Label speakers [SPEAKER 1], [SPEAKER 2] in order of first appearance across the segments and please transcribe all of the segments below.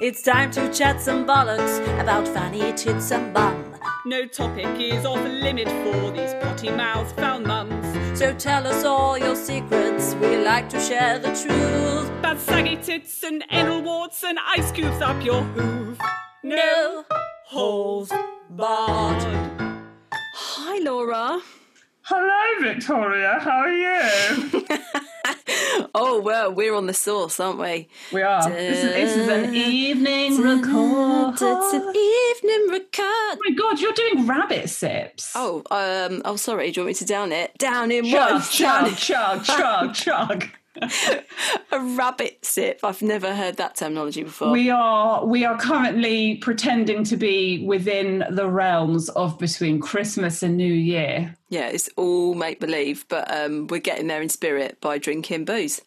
[SPEAKER 1] It's time to chat some bollocks about fanny tits and bum.
[SPEAKER 2] No topic is off limit for these potty mouths, foul mums.
[SPEAKER 1] So tell us all your secrets. We like to share the truth.
[SPEAKER 2] Bad saggy tits and anal warts and ice cubes up your hoof.
[SPEAKER 1] No holes barred.
[SPEAKER 3] Hi, Laura.
[SPEAKER 4] Hello, Victoria. How are you?
[SPEAKER 3] Oh, well, we're on the source, aren't we?
[SPEAKER 4] We are. This is, this is an evening record.
[SPEAKER 3] It's an evening record.
[SPEAKER 4] Oh my god, you're doing rabbit sips.
[SPEAKER 3] Oh, um, oh, sorry. Do you want me to down it? Down in one.
[SPEAKER 4] chug,
[SPEAKER 3] down
[SPEAKER 4] chug, chug, chug, chug.
[SPEAKER 3] in- A rabbit sip. I've never heard that terminology before.
[SPEAKER 4] We are we are currently pretending to be within the realms of between Christmas and New Year.
[SPEAKER 3] yeah, it's all make believe, but um, we're getting there in spirit by drinking booze.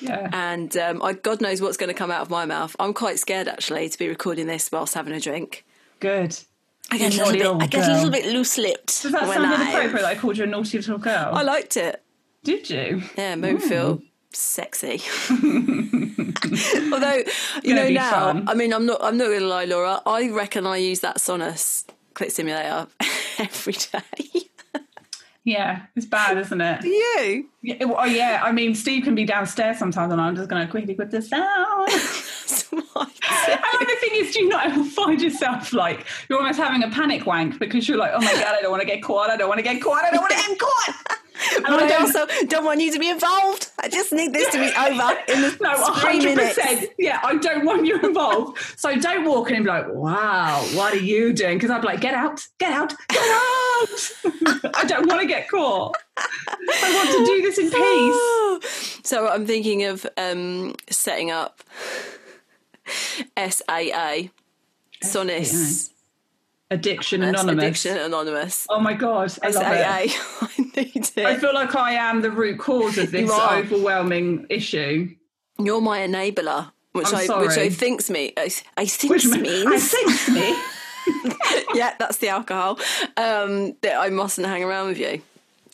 [SPEAKER 4] Yeah.
[SPEAKER 3] And um, I, God knows what's going to come out of my mouth. I'm quite scared actually to be recording this whilst having a drink.
[SPEAKER 4] Good.
[SPEAKER 3] I get a little
[SPEAKER 4] Naughty
[SPEAKER 3] bit,
[SPEAKER 4] old
[SPEAKER 3] I get a
[SPEAKER 4] girl.
[SPEAKER 3] little bit loose-lipped
[SPEAKER 4] Does that
[SPEAKER 3] when
[SPEAKER 4] sound
[SPEAKER 3] I.
[SPEAKER 4] inappropriate that I called you a naughty little girl?
[SPEAKER 3] I liked it.
[SPEAKER 4] Did you?
[SPEAKER 3] Yeah, made
[SPEAKER 4] Hmm.
[SPEAKER 3] me feel sexy. Although you
[SPEAKER 4] Gonna
[SPEAKER 3] know
[SPEAKER 4] be
[SPEAKER 3] now,
[SPEAKER 4] fun.
[SPEAKER 3] I mean, I'm not. I'm not going to lie, Laura. I reckon I use that Sonos clit simulator every day.
[SPEAKER 4] Yeah. It's bad, isn't it?
[SPEAKER 3] you?
[SPEAKER 4] Yeah, oh yeah, I mean Steve can be downstairs sometimes, and I'm just going to quickly put this down. and the thing is, do you not find yourself like you're almost having a panic wank because you're like, oh my god, I don't want to get caught, I don't want to get caught, I don't want to get caught. And
[SPEAKER 3] But
[SPEAKER 4] I
[SPEAKER 3] I
[SPEAKER 4] don't.
[SPEAKER 3] also don't want you to be involved. I just need this to be over in the
[SPEAKER 4] No,
[SPEAKER 3] three
[SPEAKER 4] hundred
[SPEAKER 3] minutes.
[SPEAKER 4] percent. Yeah, I don't want you involved. So don't walk in and be like, "Wow, what are you doing?" Because I'd be like, "Get out, get out, get out!" I don't want to get caught. I want to do this in peace.
[SPEAKER 3] So I'm thinking of um, setting up SAA, Sonis
[SPEAKER 4] Addiction anonymous.
[SPEAKER 3] Addiction Anonymous.
[SPEAKER 4] Oh my god, I love it.
[SPEAKER 3] SAA. I need
[SPEAKER 4] I
[SPEAKER 3] it.
[SPEAKER 4] feel like I am the root cause of this
[SPEAKER 3] You are.
[SPEAKER 4] overwhelming issue.
[SPEAKER 3] You're my enabler, which
[SPEAKER 4] I'm
[SPEAKER 3] I which
[SPEAKER 4] sorry.
[SPEAKER 3] I thinks me. I, I
[SPEAKER 4] Which
[SPEAKER 3] thinks
[SPEAKER 4] ma- I
[SPEAKER 3] means
[SPEAKER 4] think me.
[SPEAKER 3] yeah, that's the alcohol. Um, that I mustn't hang around with you.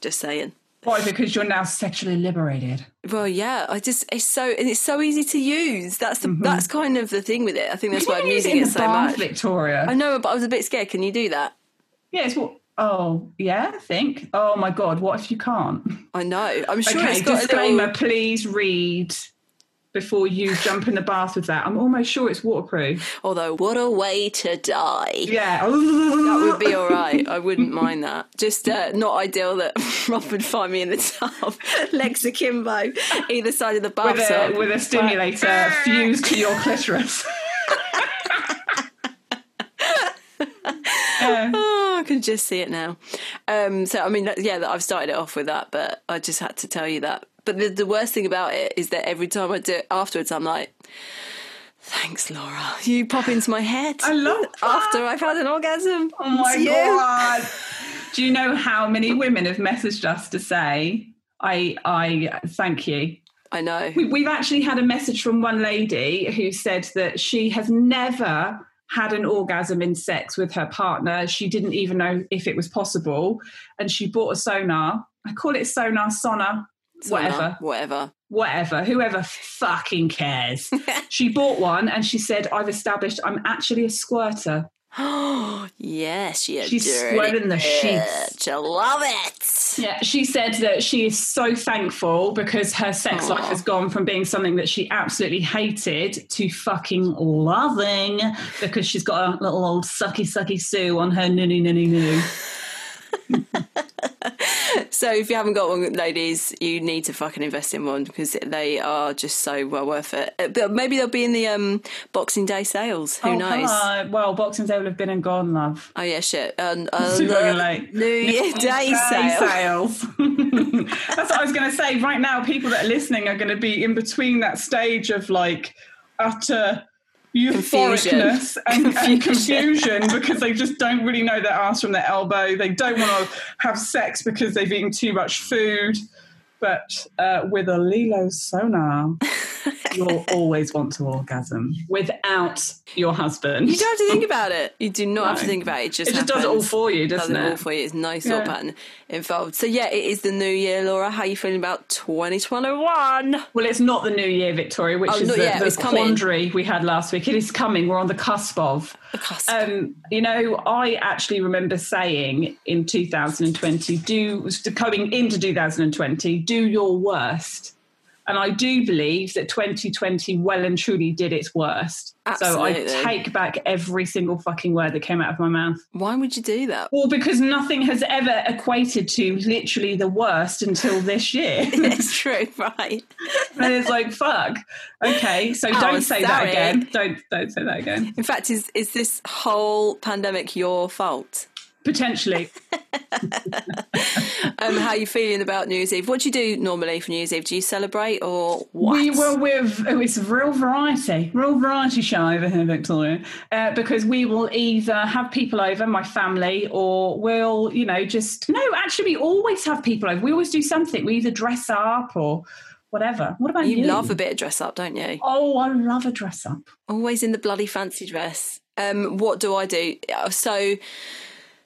[SPEAKER 3] Just saying.
[SPEAKER 4] Why? Because you're now sexually liberated.
[SPEAKER 3] Well, yeah, I just it's so and it's so easy to use. That's the that's kind of the thing with it. I think that's why I'm
[SPEAKER 4] Why are Mm-hmm. you
[SPEAKER 3] using
[SPEAKER 4] in
[SPEAKER 3] it
[SPEAKER 4] the
[SPEAKER 3] so
[SPEAKER 4] bath,
[SPEAKER 3] much.
[SPEAKER 4] Victoria.
[SPEAKER 3] I know, but I was a bit scared. Can you do that?
[SPEAKER 4] yeah, it's what. Oh, yeah, I think. Oh my God, what if you can't?
[SPEAKER 3] I know. I'm sure
[SPEAKER 4] okay,
[SPEAKER 3] it's got a
[SPEAKER 4] disclaimer
[SPEAKER 3] little,
[SPEAKER 4] please read before you jump in the bath with that. I'm almost sure it's waterproof.
[SPEAKER 3] Although, what a way to die.
[SPEAKER 4] Yeah.
[SPEAKER 3] That would be all right. I wouldn't mind that. Just uh, not ideal that Rob would find me in the tub, legs akimbo, either side of the
[SPEAKER 4] with, a,
[SPEAKER 3] bathtub.
[SPEAKER 4] with a stimulator fused to your clitoris. Yeah.
[SPEAKER 3] Oh, I can just see it now. Um, so, I mean, that- yeah, that I've started it off with that, but I just had to tell you that. But the, the worst thing about it is that every time I do it afterwards, I'm like, thanks, Laura. You pop into my head
[SPEAKER 4] I love
[SPEAKER 3] after I've had an orgasm.
[SPEAKER 4] Oh my
[SPEAKER 3] It's you.
[SPEAKER 4] god! Do you know how many women have messaged us to say, "I, I thank you"?
[SPEAKER 3] I know.
[SPEAKER 4] We, we've actually had a message from one lady who said that she has never had an orgasm in sex with her partner. She didn't even know if it was possible, and she bought a sonar. I call it sonar, sonar, whatever
[SPEAKER 3] Whatever.
[SPEAKER 4] whatever, whoever fucking cares. she bought one and she said, I've established I'm actually a squirter.
[SPEAKER 3] Oh, yes, you
[SPEAKER 4] She's
[SPEAKER 3] dirty
[SPEAKER 4] squirting the sheets.
[SPEAKER 3] bitch. I love it.
[SPEAKER 4] Yeah, she said that she is so thankful because her sex life has gone from being something that she absolutely hated to fucking loving because she's got a little old sucky sucky Sue on her noonie noonie noo.
[SPEAKER 3] So if you haven't got one, ladies, you need to fucking invest in one because they are just so well worth it. Uh, But maybe they'll be in the um, Boxing Day sales. Who
[SPEAKER 4] Oh, come
[SPEAKER 3] knows?
[SPEAKER 4] on. Well, Boxing Day will have been and gone, love.
[SPEAKER 3] Oh yeah, shit. Um, uh,
[SPEAKER 4] Too fucking
[SPEAKER 3] New
[SPEAKER 4] late.
[SPEAKER 3] Year Day
[SPEAKER 4] Day
[SPEAKER 3] sale.
[SPEAKER 4] sales. That's what I was going to say. Right now, people that are listening are going to be in between that stage of like utter euphoricness and, and confusion because they just don't really know their ass from their elbow. They don't want to have sex because they've eaten too much food. But uh, with a Lilo sonar, You'll always want to orgasm without your husband.
[SPEAKER 3] You don't have to think about it. You do not have to
[SPEAKER 4] No.
[SPEAKER 3] think about it. It just,
[SPEAKER 4] it just does it all
[SPEAKER 3] happens.
[SPEAKER 4] for you, doesn't,
[SPEAKER 3] does it
[SPEAKER 4] it?
[SPEAKER 3] all for you. There's no thought
[SPEAKER 4] Yeah.
[SPEAKER 3] pattern involved. So yeah, it is the new year, Laura. How are you feeling about 2021?
[SPEAKER 4] Well, it's not the new year, Victoria, which
[SPEAKER 3] Oh,
[SPEAKER 4] is
[SPEAKER 3] not
[SPEAKER 4] the,
[SPEAKER 3] yet.
[SPEAKER 4] the
[SPEAKER 3] It's coming.
[SPEAKER 4] quandary we had last week. It is coming. We're on the cusp of.
[SPEAKER 3] The cusp.
[SPEAKER 4] Um, you know, I actually remember saying in 2020, do coming into 2020, do your worst. And I do believe that 2020 well and truly did its worst. So
[SPEAKER 3] Absolutely.
[SPEAKER 4] I take back every single fucking word that came out of my mouth.
[SPEAKER 3] Why would you do that?
[SPEAKER 4] Well, because nothing has ever equated to literally the worst until this year.
[SPEAKER 3] it's true, right?
[SPEAKER 4] and it's like fuck okay so
[SPEAKER 3] Oh,
[SPEAKER 4] don't say that
[SPEAKER 3] sorry.
[SPEAKER 4] again don't don't say that again
[SPEAKER 3] In fact, is is this whole pandemic your fault?
[SPEAKER 4] potentially
[SPEAKER 3] Um, how are you feeling about New Year's Eve? What do you do normally for New Year's Eve? Do you celebrate or what?
[SPEAKER 4] we will with oh, it's a real variety real variety show over here victoria uh, because we will either have people over my family or we'll you know just no actually we always have people over we always do something we either dress up or whatever what about you,
[SPEAKER 3] you love a bit of dress up, don't you?
[SPEAKER 4] oh i love a dress up
[SPEAKER 3] Always in the bloody fancy dress. Um, what do I do? Uh, So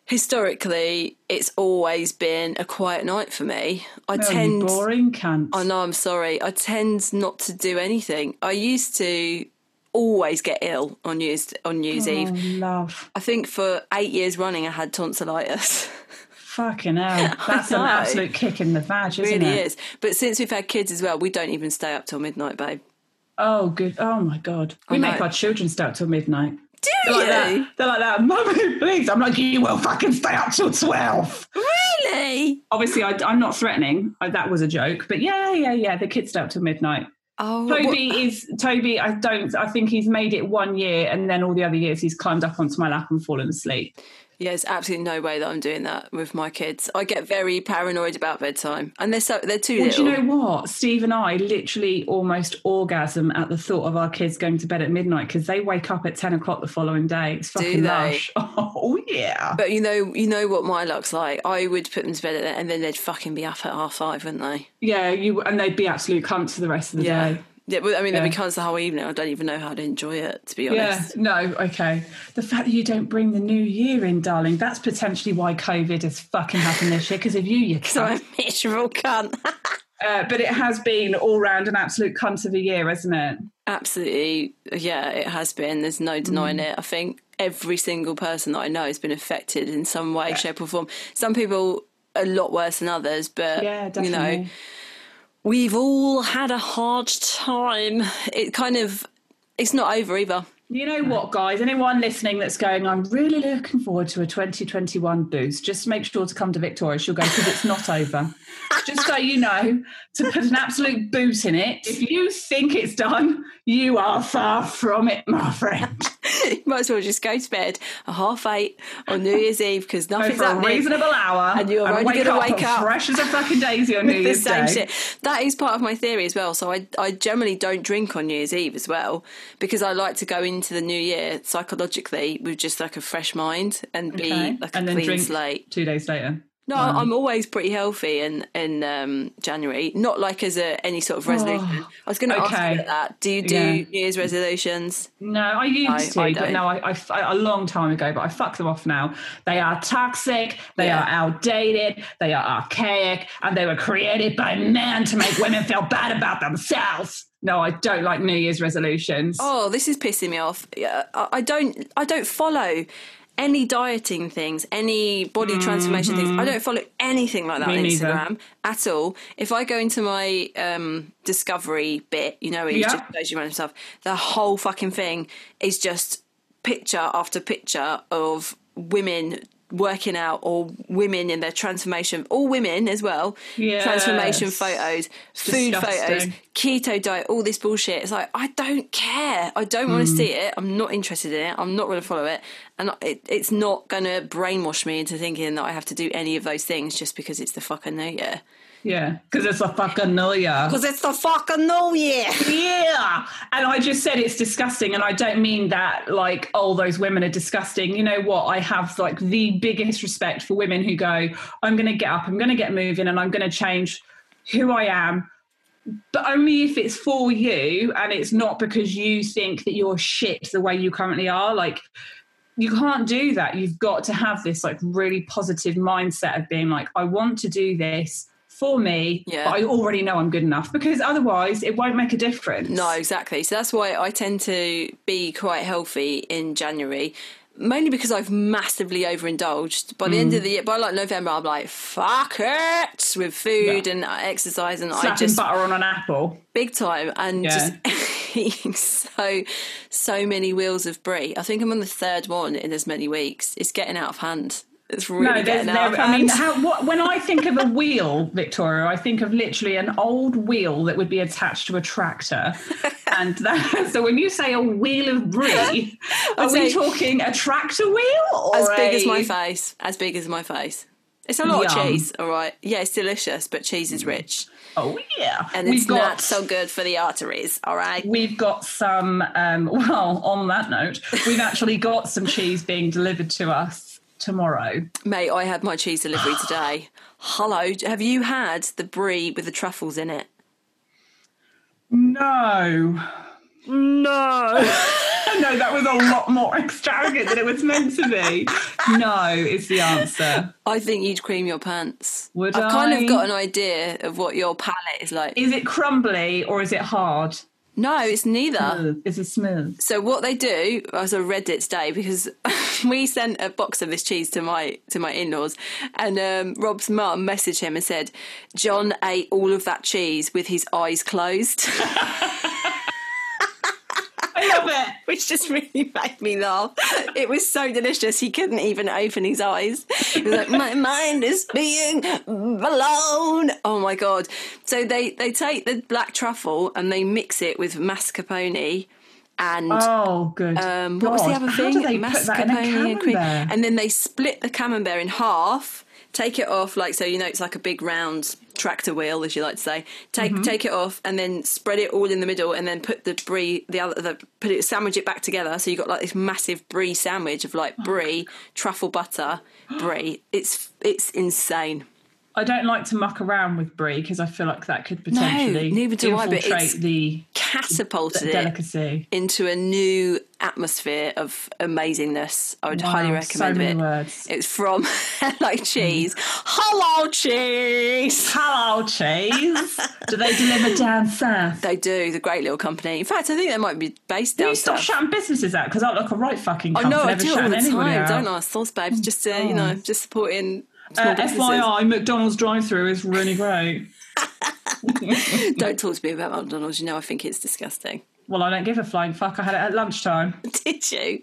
[SPEAKER 3] historically, it's always been a quiet night for me.
[SPEAKER 4] oh,
[SPEAKER 3] I
[SPEAKER 4] you
[SPEAKER 3] tend.
[SPEAKER 4] boring cunt
[SPEAKER 3] I know. I'm sorry. I tend not to do anything. I used to always get ill on New Year's on New Year's Eve.
[SPEAKER 4] Oh, love
[SPEAKER 3] I think for eight years running, I had tonsillitis.
[SPEAKER 4] fucking hell that's an
[SPEAKER 3] know.
[SPEAKER 4] absolute kick in the vag isn't
[SPEAKER 3] It really
[SPEAKER 4] it
[SPEAKER 3] is. But since we've had kids as well, we don't even stay up till midnight, babe.
[SPEAKER 4] Oh, good. Oh, my God. We
[SPEAKER 3] I
[SPEAKER 4] make
[SPEAKER 3] know.
[SPEAKER 4] our children stay up till midnight.
[SPEAKER 3] Do
[SPEAKER 4] They're like
[SPEAKER 3] you?
[SPEAKER 4] that. They're like that. Mummy, please. I'm like, you will fucking stay up till 12.
[SPEAKER 3] Really?
[SPEAKER 4] Obviously, I, I'm not threatening. I, that was a joke. But yeah, yeah, yeah. The kids stay up till midnight.
[SPEAKER 3] Oh, what-
[SPEAKER 4] Toby is, Toby, I don't, I think he's made it one year and then all the other years he's climbed up onto my lap and fallen asleep.
[SPEAKER 3] yeah. There's absolutely no way that I'm doing that with my kids. I get very paranoid about bedtime, and they're so they're too
[SPEAKER 4] Well, do
[SPEAKER 3] little.
[SPEAKER 4] you know what? Steve and I literally almost orgasm at the thought of our kids going to bed at midnight because they wake up at 10 o'clock the following day. It's fucking
[SPEAKER 3] they?
[SPEAKER 4] lush. Oh, yeah.
[SPEAKER 3] but you know, you know what my luck's like. I would put them to bed at, and then they'd fucking be up at half five, wouldn't they?
[SPEAKER 4] Yeah, you and they'd be absolute cunts for the rest of the
[SPEAKER 3] Yeah.
[SPEAKER 4] day.
[SPEAKER 3] Yeah, but I mean,
[SPEAKER 4] Yeah.
[SPEAKER 3] it becomes the whole evening. I don't even know how to enjoy it, to be
[SPEAKER 4] Yeah,
[SPEAKER 3] honest.
[SPEAKER 4] no, okay. The fact that you don't bring the new year in, darling, that's potentially why COVID has fucking happened this year because of you, you
[SPEAKER 3] So I'm
[SPEAKER 4] cunt.
[SPEAKER 3] a miserable cunt.
[SPEAKER 4] Uh, but it has been all round an absolute cunt of a year, hasn't it?
[SPEAKER 3] Absolutely, yeah, it has been. There's no denying
[SPEAKER 4] Mm.
[SPEAKER 3] it. I think every single person that I know has been affected in some way, shape, or form. Some people a lot worse than others, but
[SPEAKER 4] Yeah,
[SPEAKER 3] you
[SPEAKER 4] definitely.
[SPEAKER 3] know, we've all had a hard time. It kind of, it's not over either.
[SPEAKER 4] You know what, guys? Anyone listening that's going, I'm really looking forward to a 2021 boost, just make sure to come to Victoria. She'll go, because it's not over. just so you know, to put an absolute boot in it, if you think it's done, you are far from it, my friend.
[SPEAKER 3] you might as well just go to bed at half eight on New Year's Eve because
[SPEAKER 4] Go
[SPEAKER 3] nothing's
[SPEAKER 4] for a
[SPEAKER 3] happening.
[SPEAKER 4] reasonable hour.
[SPEAKER 3] And you're only
[SPEAKER 4] wake
[SPEAKER 3] gonna
[SPEAKER 4] up
[SPEAKER 3] wake up
[SPEAKER 4] fresh as a fucking daisy on New
[SPEAKER 3] the
[SPEAKER 4] Year's
[SPEAKER 3] same
[SPEAKER 4] Day.
[SPEAKER 3] shit. That is part of my theory as well. So I, I generally don't drink on New Year's Eve as well because I like to go into the new year psychologically with just like a fresh mind and be
[SPEAKER 4] Okay.
[SPEAKER 3] like
[SPEAKER 4] and
[SPEAKER 3] a
[SPEAKER 4] then
[SPEAKER 3] clean
[SPEAKER 4] drink
[SPEAKER 3] slate.
[SPEAKER 4] two days later.
[SPEAKER 3] No, I'm always pretty healthy in in um, January. Not like as a any sort of resolution.
[SPEAKER 4] Oh,
[SPEAKER 3] I was going to ask
[SPEAKER 4] okay.
[SPEAKER 3] you about that. Do you do
[SPEAKER 4] Yeah.
[SPEAKER 3] New Year's resolutions?
[SPEAKER 4] No, I used
[SPEAKER 3] I
[SPEAKER 4] to, but
[SPEAKER 3] don't.
[SPEAKER 4] no, I, I, I- a long time ago, but I fuck them off now. They are toxic, they
[SPEAKER 3] Yeah.
[SPEAKER 4] are outdated, they are archaic, and they were created by men to make women feel bad about themselves. No, I don't like New Year's resolutions.
[SPEAKER 3] Oh, this is pissing me off. Yeah, I I don't I don't follow any dieting things, any body transformation things. I don't follow anything like that
[SPEAKER 4] Mm-hmm. Me
[SPEAKER 3] on
[SPEAKER 4] neither.
[SPEAKER 3] Instagram at all. If I go into my um, discovery bit, you know, where you
[SPEAKER 4] Yeah.
[SPEAKER 3] just shows you random stuff, the whole fucking thing is just picture after picture of women working out or women in their transformation all women as well
[SPEAKER 4] Yes.
[SPEAKER 3] transformation photos food photos
[SPEAKER 4] Disgusting.
[SPEAKER 3] keto diet, all this bullshit. It's like I don't care. I don't
[SPEAKER 4] Hmm.
[SPEAKER 3] want to see it. I'm not interested in it. I'm not going to follow it, and it, it's not going to brainwash me into thinking that I have to do any of those things just because it's the fucking new year.
[SPEAKER 4] Yeah, because it's a fucking New Year.
[SPEAKER 3] Because it's the fucking new year.
[SPEAKER 4] Yeah. And I just said it's disgusting. And I don't mean that like, oh, those women are disgusting. You know what? I have like the biggest respect for women who go, I'm going to get up, I'm going to get moving, and I'm going to change who I am, but only if it's for you and it's not because you think that you're shit the way you currently are. Like, you can't do that. You've got to have this like really positive mindset of being like, I want to do this for me,
[SPEAKER 3] Yeah.
[SPEAKER 4] but I already know I'm good enough because otherwise it won't make a difference.
[SPEAKER 3] No, exactly. So that's why I tend to be quite healthy in January, mainly because I've massively overindulged. By the end of the year, by like November, I'm like, fuck it with food
[SPEAKER 4] Hmm. Yeah.
[SPEAKER 3] and exercise, and I
[SPEAKER 4] Slapping
[SPEAKER 3] just
[SPEAKER 4] butter on an apple.
[SPEAKER 3] big time and
[SPEAKER 4] Yeah.
[SPEAKER 3] just eating so so many wheels of brie. I think I'm on the third one in as many weeks. It's getting out of hand. It's really
[SPEAKER 4] No, there's
[SPEAKER 3] getting out
[SPEAKER 4] there,
[SPEAKER 3] of
[SPEAKER 4] I mean,
[SPEAKER 3] hand.
[SPEAKER 4] how, what, when I think of a wheel, Victoria, I think of literally an old wheel that would be attached to a tractor. And that, so when you say a wheel of brie, are
[SPEAKER 3] I'd
[SPEAKER 4] we
[SPEAKER 3] say-
[SPEAKER 4] talking a tractor wheel? Or
[SPEAKER 3] as big as my
[SPEAKER 4] a-
[SPEAKER 3] face. As big as my face. It's a lot of
[SPEAKER 4] Yum.
[SPEAKER 3] cheese, all right. Yeah, it's delicious, but cheese is rich.
[SPEAKER 4] Oh, yeah.
[SPEAKER 3] and it's not so good for the arteries. All right.
[SPEAKER 4] We've got some, um, well, on that note, we've actually got some cheese being delivered to us tomorrow.
[SPEAKER 3] Mate, I had my cheese delivery today. Hello, have you had the brie with the truffles in it?
[SPEAKER 4] No.
[SPEAKER 3] No.
[SPEAKER 4] No, that was a lot more extravagant than it was meant to be. No, is the answer.
[SPEAKER 3] I think you'd cream your pants.
[SPEAKER 4] Would
[SPEAKER 3] I've kind
[SPEAKER 4] I?
[SPEAKER 3] of got an idea of what your palate is like.
[SPEAKER 4] Is it crumbly or is it hard?
[SPEAKER 3] no, it's neither.
[SPEAKER 4] Smooth. Is it smooth?
[SPEAKER 3] So what they do, I was on Reddit today because we sent a box of this cheese to my to my in-laws, and um, Rob's mum messaged him and said, "John ate all of that cheese with his eyes closed."
[SPEAKER 4] I love it.
[SPEAKER 3] which just really made me laugh. It was so delicious. He couldn't even open his eyes. He was like, "My mind is being blown." Oh my god! So they they take the black truffle and they mix it with mascarpone and.
[SPEAKER 4] Oh, good.
[SPEAKER 3] Um, what was the
[SPEAKER 4] God,
[SPEAKER 3] other
[SPEAKER 4] how
[SPEAKER 3] thing?
[SPEAKER 4] do they put that in a
[SPEAKER 3] and cream.
[SPEAKER 4] camembert?
[SPEAKER 3] And then they split the camembert in half, take it off, like so you know it's like a big round tractor wheel, as you like to say. Take
[SPEAKER 4] Mm-hmm.
[SPEAKER 3] take it off and then spread it all in the middle, and then put the brie the other the, put it sandwich it back together. So you got like this massive brie sandwich of
[SPEAKER 4] Oh
[SPEAKER 3] like brie, truffle butter, brie. It's it's insane.
[SPEAKER 4] I don't like to muck around with brie because I feel like that could potentially
[SPEAKER 3] neither do I, but
[SPEAKER 4] infiltrate
[SPEAKER 3] it's-
[SPEAKER 4] the
[SPEAKER 3] Catapulted it
[SPEAKER 4] delicacy.
[SPEAKER 3] into a new atmosphere of amazingness. I would highly
[SPEAKER 4] Wow, Oh, so
[SPEAKER 3] recommend
[SPEAKER 4] many
[SPEAKER 3] it.
[SPEAKER 4] words.
[SPEAKER 3] It's from like cheese.
[SPEAKER 4] Mm-hmm.
[SPEAKER 3] Hello, cheese.
[SPEAKER 4] Hello, cheese. do they deliver down south?
[SPEAKER 3] They do the great little company. In fact, I think they might be based
[SPEAKER 4] Can
[SPEAKER 3] down
[SPEAKER 4] you stop
[SPEAKER 3] south.
[SPEAKER 4] shouting businesses out? Because I look a right fucking cunt
[SPEAKER 3] I know
[SPEAKER 4] for
[SPEAKER 3] I
[SPEAKER 4] never
[SPEAKER 3] do it all
[SPEAKER 4] shouting
[SPEAKER 3] the
[SPEAKER 4] anybody
[SPEAKER 3] time,
[SPEAKER 4] out.
[SPEAKER 3] don't I? Sauce babes, just uh, you know, just supporting. Small
[SPEAKER 4] Uh,
[SPEAKER 3] businesses.
[SPEAKER 4] FYI, McDonald's drive-through is really great.
[SPEAKER 3] Don't talk to me about McDonald's. You know, I think it's disgusting.
[SPEAKER 4] Well, I don't give a flying fuck. I had it at lunchtime.
[SPEAKER 3] Did you?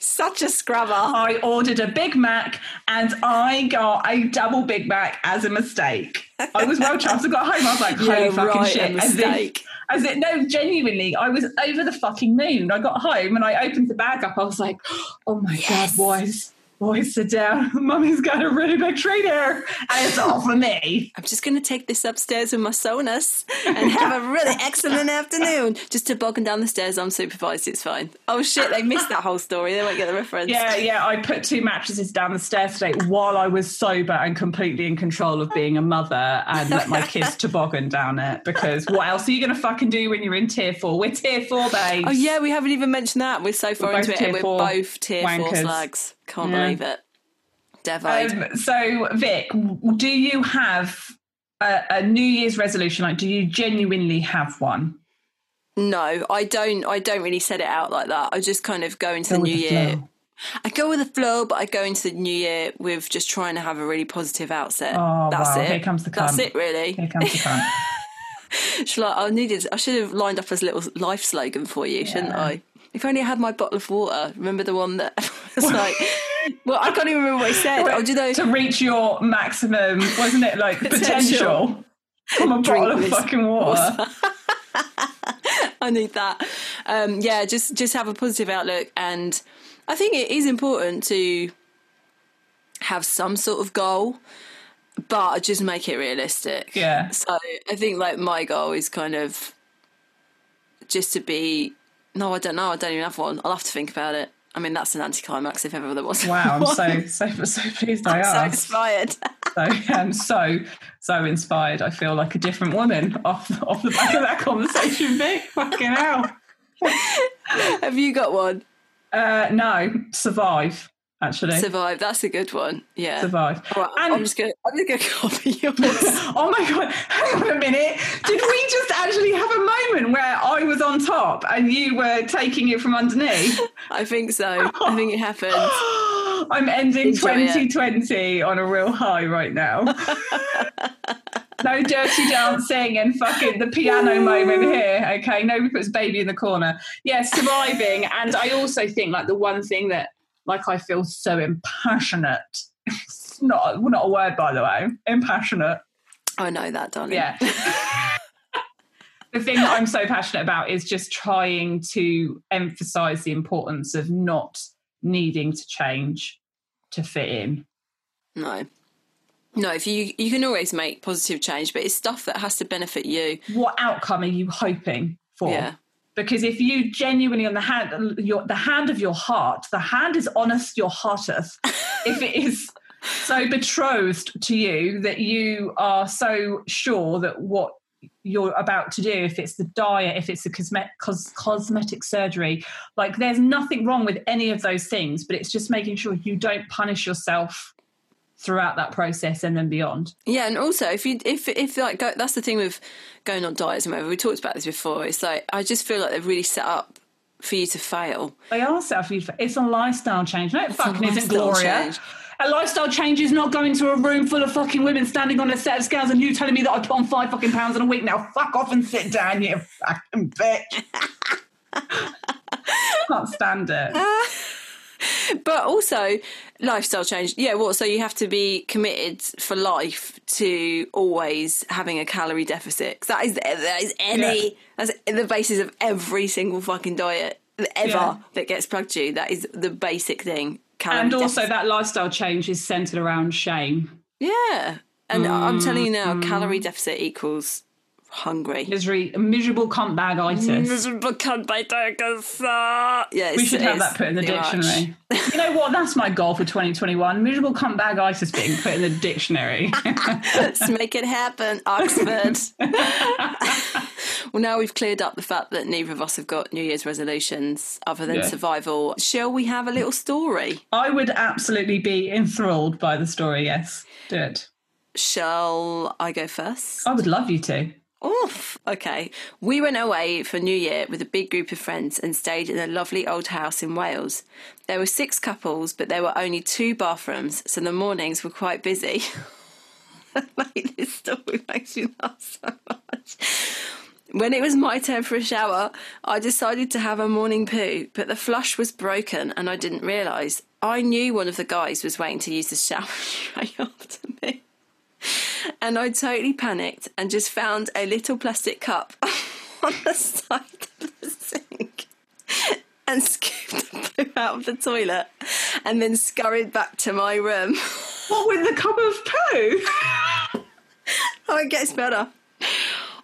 [SPEAKER 3] Such a scrubber.
[SPEAKER 4] I ordered a Big Mac and I got a double Big Mac as a mistake. I was well chuffed. I got home. I was like, holy
[SPEAKER 3] Yeah,
[SPEAKER 4] fucking
[SPEAKER 3] right, a
[SPEAKER 4] shit. As if-
[SPEAKER 3] mistake.
[SPEAKER 4] As it, no, genuinely, I was over the fucking moon. I got home and I opened the bag up. I was like, oh my
[SPEAKER 3] Yes.
[SPEAKER 4] God, boys, boys, sit down. Mummy's got a really big treat here. And it's all for me.
[SPEAKER 3] I'm just going to take this upstairs with my sonus and have a really excellent afternoon. Just to bogging down the stairs unsupervised, it's fine. Oh shit, they missed that whole story. They won't get the reference.
[SPEAKER 4] Yeah, yeah. I put two mattresses down the stairs today while I was sober and completely in control of being a mother and let my kids toboggan down it because what else are you going to fucking do when you're in tier four? We're tier four, babe.
[SPEAKER 3] Oh yeah, we haven't even mentioned that. We're so far
[SPEAKER 4] We're both
[SPEAKER 3] into it, and
[SPEAKER 4] tier
[SPEAKER 3] we're
[SPEAKER 4] four
[SPEAKER 3] both tier four
[SPEAKER 4] wankers.
[SPEAKER 3] slags. Can't
[SPEAKER 4] Yeah.
[SPEAKER 3] believe it. Devoid.
[SPEAKER 4] Um, so, Vic, w- do you have a, a New Year's resolution? Like, do you genuinely have one?
[SPEAKER 3] no, I don't. I don't really set it out like that. I just kind of go into the
[SPEAKER 4] with
[SPEAKER 3] new
[SPEAKER 4] the
[SPEAKER 3] year.
[SPEAKER 4] flow.
[SPEAKER 3] I go with the flow, but I go into the new year with just trying to have a really positive outset.
[SPEAKER 4] Oh,
[SPEAKER 3] That's
[SPEAKER 4] wow.
[SPEAKER 3] it.
[SPEAKER 4] Here comes the
[SPEAKER 3] That's
[SPEAKER 4] cunt.
[SPEAKER 3] it, really.
[SPEAKER 4] Here comes the cunt.
[SPEAKER 3] Shall I, I needed. I should have lined up as a little life slogan for you, shouldn't I? If only I had my bottle of water. Remember the one that was like. Well, I can't even remember what I said. Oh, do you know?
[SPEAKER 4] to reach your maximum, wasn't it? Like potential.
[SPEAKER 3] Potential.
[SPEAKER 4] From a
[SPEAKER 3] Drink
[SPEAKER 4] bottle of
[SPEAKER 3] this
[SPEAKER 4] fucking water.
[SPEAKER 3] I need that. Um, yeah, just just have a positive outlook, and I think it is important to have some sort of goal, but just make it realistic.
[SPEAKER 4] Yeah.
[SPEAKER 3] So I think like my goal is kind of just to be. No, I don't know. I don't even have one. I'll have to think about it. I mean, that's an anticlimax if ever there was.
[SPEAKER 4] Wow, I'm
[SPEAKER 3] one.
[SPEAKER 4] so so so pleased I
[SPEAKER 3] so
[SPEAKER 4] asked.
[SPEAKER 3] inspired.
[SPEAKER 4] So um, so so inspired. I feel like a different woman off off the back of that conversation, Vic. Fucking hell.
[SPEAKER 3] Have you got one?
[SPEAKER 4] Uh, no, survive. Actually,
[SPEAKER 3] Survive. That's a good one. Yeah.
[SPEAKER 4] survive.
[SPEAKER 3] All right, I'm
[SPEAKER 4] And-
[SPEAKER 3] just gonna I'm just gonna copy yours.
[SPEAKER 4] Oh my god! Hang on a minute. Did we just actually have a moment where I was on top and you were taking it from underneath?
[SPEAKER 3] I think so. I think it happened.
[SPEAKER 4] I'm ending
[SPEAKER 3] Enjoy it.
[SPEAKER 4] 2020 on a real high right now. no dirty dancing and fucking the piano moment here. Okay, nobody puts baby in the corner. Yeah, surviving. And I also think like the one thing that like I feel so impassionate. It's not not a word by the way. Impassionate.
[SPEAKER 3] I know that, darling.
[SPEAKER 4] Yeah. the thing that I'm so passionate about is just trying to emphasize the importance of not needing to change to fit in.
[SPEAKER 3] No. No, if you you can always make positive change, but it's stuff that has to benefit you.
[SPEAKER 4] What outcome are you hoping for?
[SPEAKER 3] Yeah.
[SPEAKER 4] Because if you genuinely on the hand your the hand of your heart, the hand is honest your hearteth. if it is so betrothed to you that you are so sure that what you're about to do, if it's the diet, if it's the cosme- cos- cosmetic surgery, like there's nothing wrong with any of those things, but it's just making sure you don't punish yourself throughout that process and then beyond.
[SPEAKER 3] Yeah, and also if you if if like go, that's the thing with going on diets and whatever. We talked about this before. It's like I just feel like they've really set up for you to fail.
[SPEAKER 4] They are self It's a lifestyle change. No, it
[SPEAKER 3] a
[SPEAKER 4] fucking isn't,
[SPEAKER 3] lifestyle
[SPEAKER 4] Gloria.
[SPEAKER 3] change.
[SPEAKER 4] A lifestyle change is not going to a room full of fucking women standing on a set of scales and you telling me that I put on five fucking pounds in a week. Now fuck off and sit down, you fucking bitch. Can't stand it.
[SPEAKER 3] Ah, But also lifestyle change. Yeah, what? so you have to be committed for life to always having a calorie deficit. 'Cause That is that is any
[SPEAKER 4] Yeah.
[SPEAKER 3] that's the basis of every single fucking diet ever
[SPEAKER 4] Yeah.
[SPEAKER 3] that gets plugged to you. That is the basic thing. Calorie
[SPEAKER 4] And also,
[SPEAKER 3] deficit.
[SPEAKER 4] that lifestyle change is centered around shame.
[SPEAKER 3] Yeah. And I'm telling you now,
[SPEAKER 4] Mm-hmm.
[SPEAKER 3] calorie deficit equals hungry.
[SPEAKER 4] Misery, miserable cunt bag
[SPEAKER 3] Mm,
[SPEAKER 4] itis.
[SPEAKER 3] Yeah,
[SPEAKER 4] We should have that put in the dictionary. you know what? That's my goal for 2021. Miserable cunt bag itis being put in the dictionary.
[SPEAKER 3] Let's make it happen, Oxford. well, now we've cleared up the fact that neither of us have got New Year's resolutions other than
[SPEAKER 4] Yeah.
[SPEAKER 3] survival. Shall we have a little story?
[SPEAKER 4] I would absolutely be enthralled by the story. Yes, do it.
[SPEAKER 3] Shall I go first?
[SPEAKER 4] I would love you to.
[SPEAKER 3] Oof. Okay. We went away for New Year with a big group of friends and stayed in a lovely old house in Wales. There were six couples, but there were only two bathrooms, so the mornings were quite busy. Mate, this story makes me laugh so much. When it was my turn for a shower, I decided to have a morning poo, but the flush was broken and I didn't realise. I knew one of the guys was waiting to use the shower tray after me and I totally panicked and just found a little plastic cup on the side of the sink and scooped the poo out of the toilet and then scurried back to my room.
[SPEAKER 4] What with the cup of poo?
[SPEAKER 3] Oh, it gets better.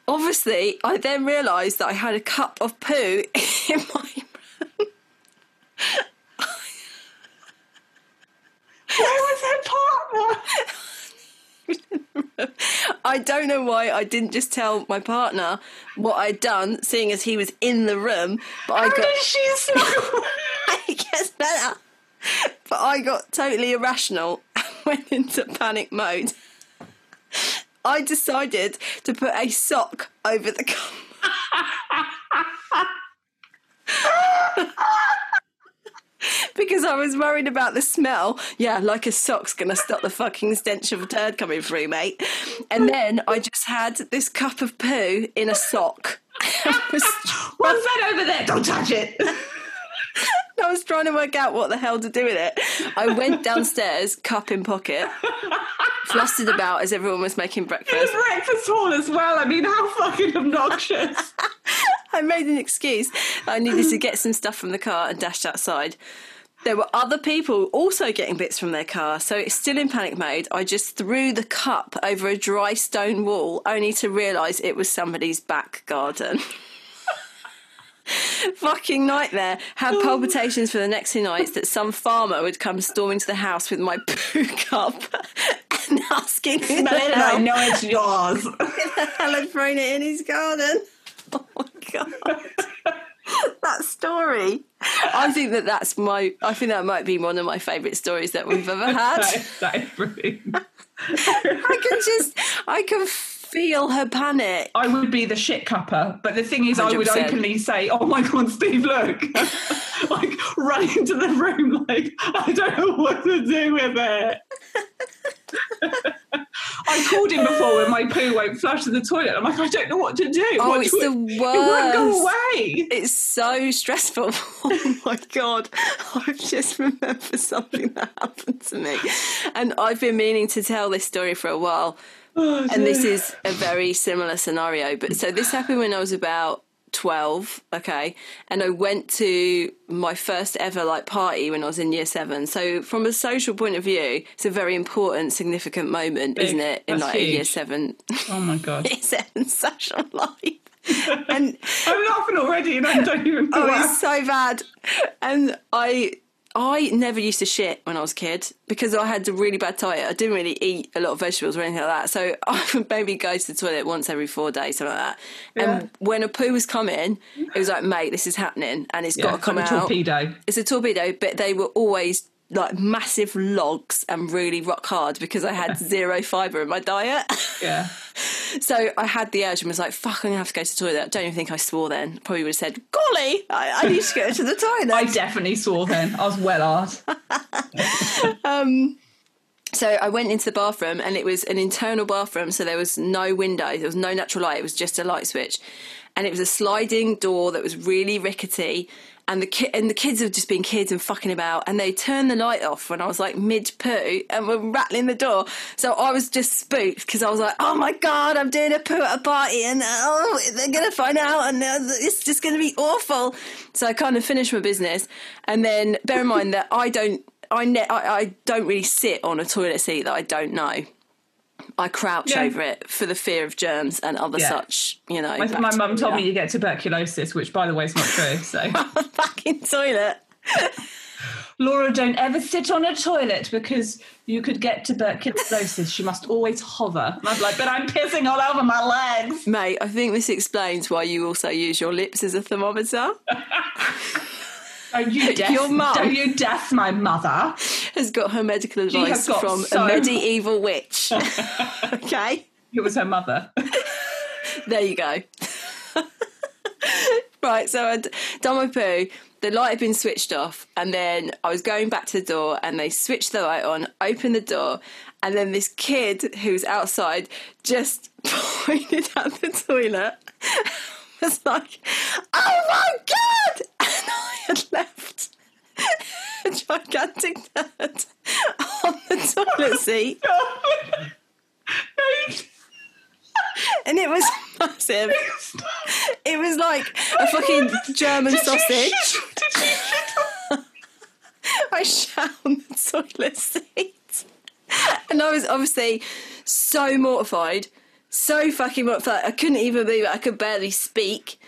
[SPEAKER 3] Obviously, I then realised that I had a cup of poo in my
[SPEAKER 4] Where was her partner?
[SPEAKER 3] I don't know why I didn't just tell my partner what I'd done, seeing as he was in the room. But I
[SPEAKER 4] How
[SPEAKER 3] got
[SPEAKER 4] did she smell?
[SPEAKER 3] it gets better. But I got totally irrational and went into panic mode. I decided to put a sock over the cup. because I was worried about the smell. Yeah, like a sock's going to stop the fucking stench of turd coming through, mate. And then I just had this cup of poo in a sock. I was
[SPEAKER 4] What's that over there? Don't touch it.
[SPEAKER 3] I was trying to work out what the hell to do with it. I went downstairs, cup in pocket, flustered about as everyone was making
[SPEAKER 4] the
[SPEAKER 3] breakfast.
[SPEAKER 4] breakfast hall as well. I mean, how fucking obnoxious.
[SPEAKER 3] I made an excuse. I needed to get some stuff from the car and dashed outside. There were other people also getting bits from their car, so it's still in panic mode. I just threw the cup over a dry stone wall, only to realise it was somebody's back garden. Fucking nightmare. Had palpitations for the next two nights that some farmer would come storming to the house with my poo cup and asking who
[SPEAKER 4] Smell
[SPEAKER 3] the
[SPEAKER 4] it and
[SPEAKER 3] hell,
[SPEAKER 4] I know it's yours.
[SPEAKER 3] who the hell had thrown it in his garden. Oh my god, that story! I think that that's my. I think that might be one of my favourite stories that we've ever had.
[SPEAKER 4] that, is, that is brilliant.
[SPEAKER 3] I can just, I can feel her panic.
[SPEAKER 4] I would be the shit cupper, but the thing is, I would
[SPEAKER 3] 100%.
[SPEAKER 4] openly say, "Oh my god, Steve, look!" like run into the room, like I don't know what to do with it. I called him before when my poo won't flush to the toilet. I'm like, I don't know what to do.
[SPEAKER 3] Oh,
[SPEAKER 4] What
[SPEAKER 3] it's
[SPEAKER 4] do
[SPEAKER 3] the
[SPEAKER 4] I- It won't
[SPEAKER 3] worst.
[SPEAKER 4] go away.
[SPEAKER 3] It's so stressful. Oh my god. I just remember something that happened to me. And I've been meaning to tell this story for a while.
[SPEAKER 4] Oh,
[SPEAKER 3] And this
[SPEAKER 4] dear.
[SPEAKER 3] is a very similar scenario. But so this happened when I was about 12, okay? And I went to my first ever like party when I was in year 7. So from a social point of view, it's a very important significant moment, isn't it? In
[SPEAKER 4] That's
[SPEAKER 3] like a year
[SPEAKER 4] huge.
[SPEAKER 3] 7
[SPEAKER 4] Oh my god,
[SPEAKER 3] year 7 social life. And
[SPEAKER 4] I'm laughing already, and I don't even. know
[SPEAKER 3] Oh,
[SPEAKER 4] why.
[SPEAKER 3] it's so bad. And I I never used to shit when I was a kid because I had a really bad diet. I didn't really eat a lot of vegetables or anything like that. So I would maybe go to the toilet once every four days, something like that.
[SPEAKER 4] Yeah.
[SPEAKER 3] And when a poo was coming, it was like, mate, this is happening and it's
[SPEAKER 4] Yeah,
[SPEAKER 3] got to
[SPEAKER 4] it's
[SPEAKER 3] come
[SPEAKER 4] like a
[SPEAKER 3] out.
[SPEAKER 4] torpedo.
[SPEAKER 3] It's a torpedo, but they were always like massive logs and really rock hard because I had zero fibre in my diet.
[SPEAKER 4] Yeah.
[SPEAKER 3] So I had the urge and was like, fuck, I'm going to have to go to the toilet. I don't even think I swore then. Probably would have said, golly, I, I need to go to the toilet.
[SPEAKER 4] I definitely swore then. I was well arsed.
[SPEAKER 3] So I went into the bathroom and it was an internal bathroom, so there was no window, there was no natural light, it was just a light switch. And it was a sliding door that was really rickety. And the ki- and the kids have just been kids and fucking about, and they turned the light off when I was like mid poo and were rattling the door. So I was just spooked because I was like, "Oh my god, I'm doing a poo at a party, and oh, they're gonna find out, and uh, it's just gonna be awful." So I kind of finished my business, and then bear in mind that I don't I, ne- I I don't really sit on a toilet seat that I don't know. I crouch
[SPEAKER 4] Yeah.
[SPEAKER 3] over it for the fear of germs and other
[SPEAKER 4] Yeah.
[SPEAKER 3] such, you know.
[SPEAKER 4] My, my mum told me
[SPEAKER 3] bacteria.
[SPEAKER 4] you get tuberculosis, which, by the way, is not true. So,
[SPEAKER 3] fucking toilet.
[SPEAKER 4] Laura, don't ever sit on a toilet because you could get tuberculosis. she must always hover. And I'm like, but I'm pissing all over my legs.
[SPEAKER 3] Mate, I think this explains why you also use your lips as a thermometer.
[SPEAKER 4] Don't you death,
[SPEAKER 3] Your mum.
[SPEAKER 4] Don't you death my mother.
[SPEAKER 3] Has got her medical
[SPEAKER 4] She has
[SPEAKER 3] advice
[SPEAKER 4] got
[SPEAKER 3] from
[SPEAKER 4] so
[SPEAKER 3] a medieval witch. okay,
[SPEAKER 4] It was her mother.
[SPEAKER 3] there you go. right, so I'd done my poo. The light had been switched off, and then I was going back to the door, and they switched the light on, opened the door, and then this kid who was outside just pointed at the toilet. was like, "Oh my god!" And I had left a gigantic nerd on the toilet seat, and it was massive. It was like a fucking German sausage. I shat on the toilet seat. And I was obviously so mortified, so fucking mortified. I couldn't even move. I could barely speak.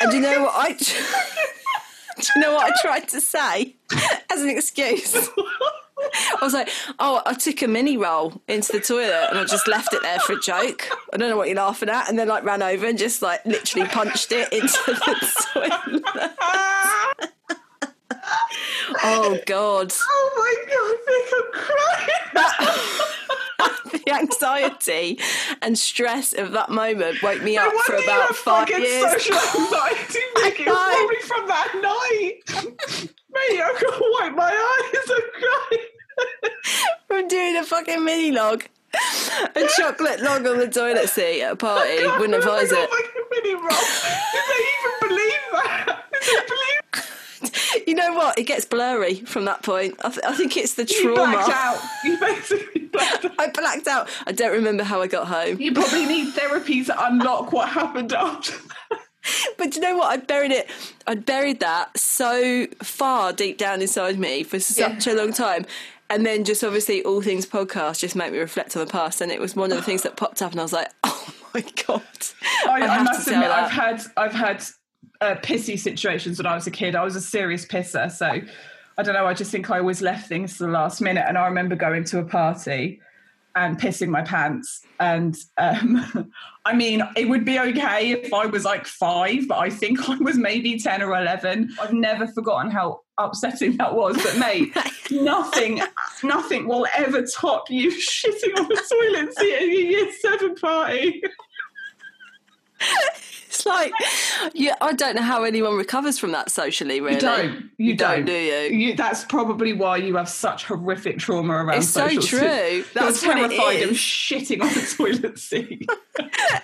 [SPEAKER 3] And do you know what I? Do you know what I tried to say as an excuse? I was like, "Oh, I took a mini roll into the toilet and I just left it there for a joke. I don't know what you're laughing at." And then like ran over and just like literally punched it into the toilet. Oh God,
[SPEAKER 4] oh my god, I think I'm crying.
[SPEAKER 3] the anxiety and stress of that moment woke me
[SPEAKER 4] No
[SPEAKER 3] up for
[SPEAKER 4] wonder you
[SPEAKER 3] about
[SPEAKER 4] have
[SPEAKER 3] five
[SPEAKER 4] fucking
[SPEAKER 3] years.
[SPEAKER 4] Social anxiety, Nick. It
[SPEAKER 3] know.
[SPEAKER 4] was probably from that night. Mate, I can't wipe my eyes. I'm crying.
[SPEAKER 3] from doing a fucking mini log. A chocolate log on the toilet seat at a party. Wouldn't advise
[SPEAKER 4] I
[SPEAKER 3] it.
[SPEAKER 4] fucking mini roll. Did they even believe that? Did they believe?
[SPEAKER 3] You know what? It gets blurry from that point. I, th- I think it's the
[SPEAKER 4] You blacked
[SPEAKER 3] trauma.
[SPEAKER 4] out. You basically blacked out.
[SPEAKER 3] I blacked out. I don't remember how I got home.
[SPEAKER 4] You probably need therapy to unlock what happened after. that.
[SPEAKER 3] But do you know what? I buried it. I buried that so far deep down inside me for such a long time. And then just obviously all things podcast just make me reflect on the past. And it was one of the things that popped up and I was like, oh my God.
[SPEAKER 4] I, I,
[SPEAKER 3] have to
[SPEAKER 4] must
[SPEAKER 3] tell
[SPEAKER 4] admit,
[SPEAKER 3] that.
[SPEAKER 4] I've had I've had uh, pissy situations when I was a kid. I was a serious pisser, so I don't know. I just think I always left things to the last minute. And I remember going to a party, and pissing my pants. And um, I mean, it would be okay if I was like five, but I think I was maybe 10 or 11. I've never forgotten how upsetting that was. But mate, nothing, nothing will ever top you shitting on the toilet seat at a year seven party.
[SPEAKER 3] It's like, yeah, I don't know how anyone recovers from that socially, really.
[SPEAKER 4] You don't. You, don't.
[SPEAKER 3] do you?
[SPEAKER 4] You, that's probably why you have such horrific trauma around.
[SPEAKER 3] It's so
[SPEAKER 4] social
[SPEAKER 3] true.
[SPEAKER 4] seat.
[SPEAKER 3] That's
[SPEAKER 4] You're
[SPEAKER 3] what it
[SPEAKER 4] terrified of
[SPEAKER 3] is.
[SPEAKER 4] shitting on the toilet seat.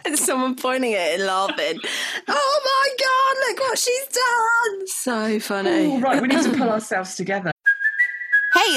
[SPEAKER 3] And someone pointing at it and laughing. oh my God, look what she's done. So funny.
[SPEAKER 4] Ooh, right, we need to pull ourselves together.
[SPEAKER 5] Hey,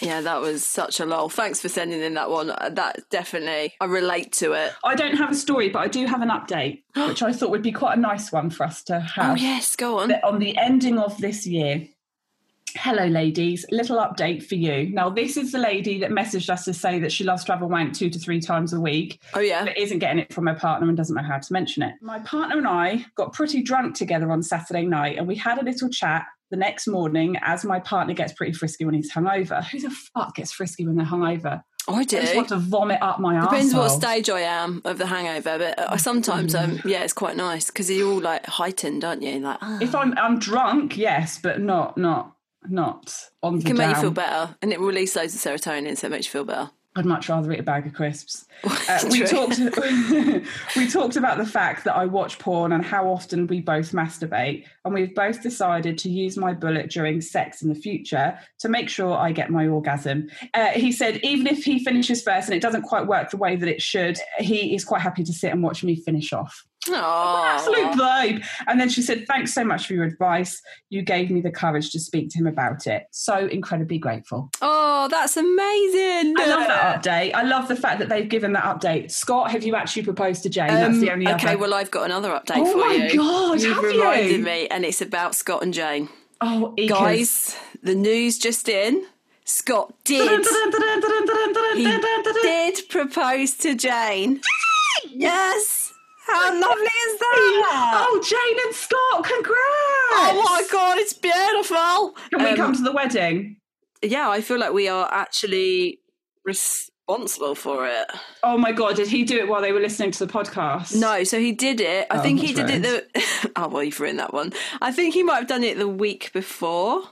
[SPEAKER 3] Yeah, that was such a lol. Thanks for sending in that one. Uh, That definitely, I relate to it.
[SPEAKER 4] I don't have a story, but I do have an update, which I thought would be quite a nice one for us to have.
[SPEAKER 3] Oh, yes, go on.
[SPEAKER 4] that on the ending of this year. Hello, ladies. Little update for you. Now, this is the lady that messaged us to say that she loves to have a wank two to three times a week,
[SPEAKER 3] Oh, yeah.
[SPEAKER 4] but isn't getting it from her partner and doesn't know how to mention it. My partner and I got pretty drunk together on Saturday night, and we had a little chat the next morning as my partner gets pretty frisky when he's hungover. Who the fuck gets frisky when they're hungover?
[SPEAKER 3] I
[SPEAKER 4] I just
[SPEAKER 3] do.
[SPEAKER 4] want to vomit up my
[SPEAKER 3] Depends what
[SPEAKER 4] arsehole.
[SPEAKER 3] stage I am of the hangover, but uh,
[SPEAKER 4] Mm.
[SPEAKER 3] sometimes, um, yeah, it's quite nice because you're all like heightened, aren't you? Like, ah.
[SPEAKER 4] If I'm I'm drunk, yes, but not not not on the
[SPEAKER 3] It can make you
[SPEAKER 4] down.
[SPEAKER 3] feel better and it will release loads of serotonin, so it makes you feel better.
[SPEAKER 4] I'd much rather eat a bag of crisps. Uh, we
[SPEAKER 3] True.
[SPEAKER 4] talked. we talked about the fact that I watch porn and how often we both masturbate, and we've both decided to use my bullet during sex in the future to make sure I get my orgasm. Uh, he said, even if he finishes first and it doesn't quite work the way that it should, he is quite happy to sit and watch me finish off. Absolute
[SPEAKER 3] Oh,
[SPEAKER 4] vibe. And then she said, "Thanks so much for your advice. You gave me the courage to speak to him about it. So incredibly grateful."
[SPEAKER 3] oh that's amazing.
[SPEAKER 4] I love that update. I love the fact that they've given that update. Scott, have you actually proposed to Jane? That's the only
[SPEAKER 3] Um, okay,
[SPEAKER 4] other.
[SPEAKER 3] well, I've got another update
[SPEAKER 4] Oh
[SPEAKER 3] for
[SPEAKER 4] my
[SPEAKER 3] you.
[SPEAKER 4] God,
[SPEAKER 3] You've
[SPEAKER 4] have
[SPEAKER 3] reminded
[SPEAKER 4] you?
[SPEAKER 3] me, and it's about Scott and Jane.
[SPEAKER 4] oh, Ecos.
[SPEAKER 3] Guys, the news just in Scott did. he
[SPEAKER 4] He
[SPEAKER 3] did propose to Jane. yes! How lovely is that?
[SPEAKER 4] Oh, Jane and Scott, congrats!
[SPEAKER 3] Oh my god, it's beautiful!
[SPEAKER 4] Can we
[SPEAKER 3] Um,
[SPEAKER 4] come to the wedding?
[SPEAKER 3] yeah, I feel like we are actually responsible for it.
[SPEAKER 4] Oh my god, did he do it while they were listening to the podcast?
[SPEAKER 3] No, so he did it. I
[SPEAKER 4] Oh,
[SPEAKER 3] think he
[SPEAKER 4] that's
[SPEAKER 3] did it the. oh, well, you've written that one. I think he might have done it the week before.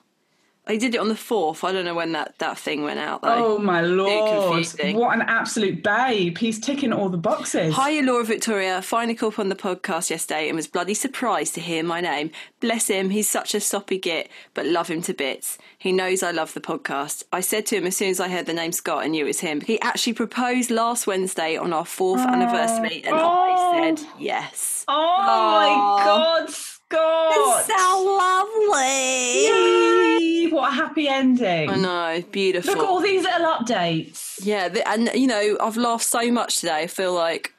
[SPEAKER 3] He did it on the 4th. I don't know when that, that thing went out, though.
[SPEAKER 4] Oh my lord!
[SPEAKER 3] confusing.
[SPEAKER 4] What an absolute babe! He's ticking all the boxes.
[SPEAKER 3] Hiya, Laura Victoria. Finally caught up on the podcast yesterday and was bloody surprised to hear my name. Bless him, he's such a soppy git, but love him to bits. He knows I love the podcast. I said to him as soon as I heard the name Scott and knew it was him, he actually proposed last Wednesday on our fourth anniversary, and I said yes.
[SPEAKER 4] Oh my god, Scott!
[SPEAKER 3] lovely.
[SPEAKER 4] Yay! What a happy ending!
[SPEAKER 3] I know, beautiful.
[SPEAKER 4] Look at all these little updates.
[SPEAKER 3] yeah, the, and you know, I've laughed so much today. I feel like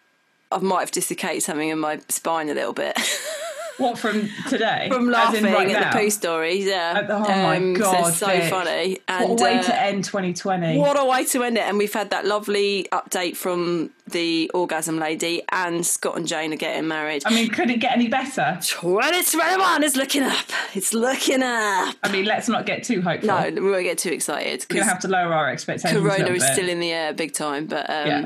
[SPEAKER 3] I might have dislocated something in my spine a little bit
[SPEAKER 4] What from today?
[SPEAKER 3] from
[SPEAKER 4] As
[SPEAKER 3] laughing
[SPEAKER 4] in right
[SPEAKER 3] at
[SPEAKER 4] now?
[SPEAKER 3] the poo stories. Yeah,
[SPEAKER 4] At the- oh my
[SPEAKER 3] so
[SPEAKER 4] God,
[SPEAKER 3] it's so
[SPEAKER 4] Vic.
[SPEAKER 3] funny.
[SPEAKER 4] What
[SPEAKER 3] And
[SPEAKER 4] a way
[SPEAKER 3] uh,
[SPEAKER 4] to end 2020.
[SPEAKER 3] what a way to end it! And we've had that lovely update from the orgasm lady, and Scott and Jane are getting married.
[SPEAKER 4] I mean, could it get any better?
[SPEAKER 3] 2021 is looking up. It's looking up.
[SPEAKER 4] I mean, let's not get too hopeful.
[SPEAKER 3] No, we won't get too excited
[SPEAKER 4] We're going
[SPEAKER 3] because
[SPEAKER 4] to have to lower our expectations. a
[SPEAKER 3] Corona
[SPEAKER 4] little
[SPEAKER 3] is
[SPEAKER 4] bit.
[SPEAKER 3] still in the air big time, but um,
[SPEAKER 4] Yeah.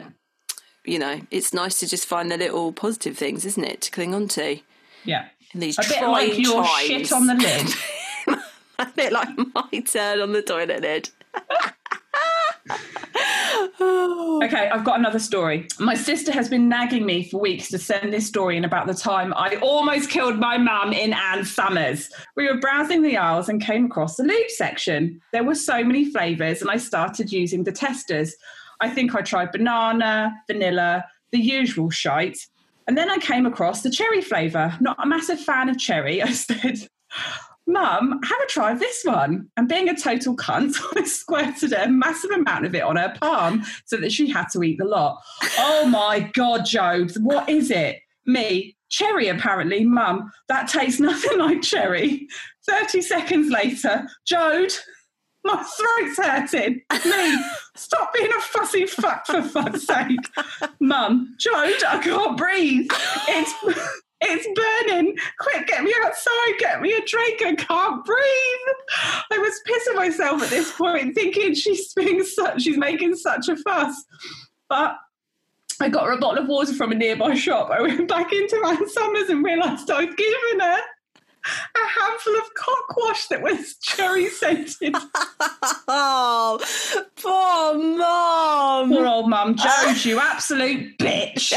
[SPEAKER 3] you know, it's nice to just find the little positive things, isn't it, to cling on to
[SPEAKER 4] Yeah.
[SPEAKER 3] in these
[SPEAKER 4] A bit like
[SPEAKER 3] trying
[SPEAKER 4] your
[SPEAKER 3] times.
[SPEAKER 4] shit on the lid.
[SPEAKER 3] a bit like my turn on the toilet lid.
[SPEAKER 4] Okay, I've got another story. My sister has been nagging me for weeks to send this story in about the time I almost killed my mum in Anne Summers. We were browsing the aisles and came across the lube section. There were so many flavours, and I started using the testers. I think I tried banana, vanilla, the usual shite. And then I came across the cherry flavour. Not a massive fan of cherry. I said, Mum, have a try of this one. And being a total cunt, I squirted her a massive amount of it on her palm so that she had to eat the lot. Oh my God, Jobs, what is it? Me, cherry apparently, mum, that tastes nothing like cherry. 30 seconds later, Jode, my throat's hurting. Me, stop being a fussy fuck for fuck's sake. Mum, Jode, I can't breathe. It's it's burning. Quick, get me outside, get me a drink. I can't breathe. I was pissing myself at this point, thinking she's being such she's making such a fuss. But I got her a bottle of water from a nearby shop. I went back into Ann Summers and realised I'd given her a handful of cockwash that was cherry scented.
[SPEAKER 3] Oh, poor mom.
[SPEAKER 4] Poor old mum, Jones, you absolute bitch.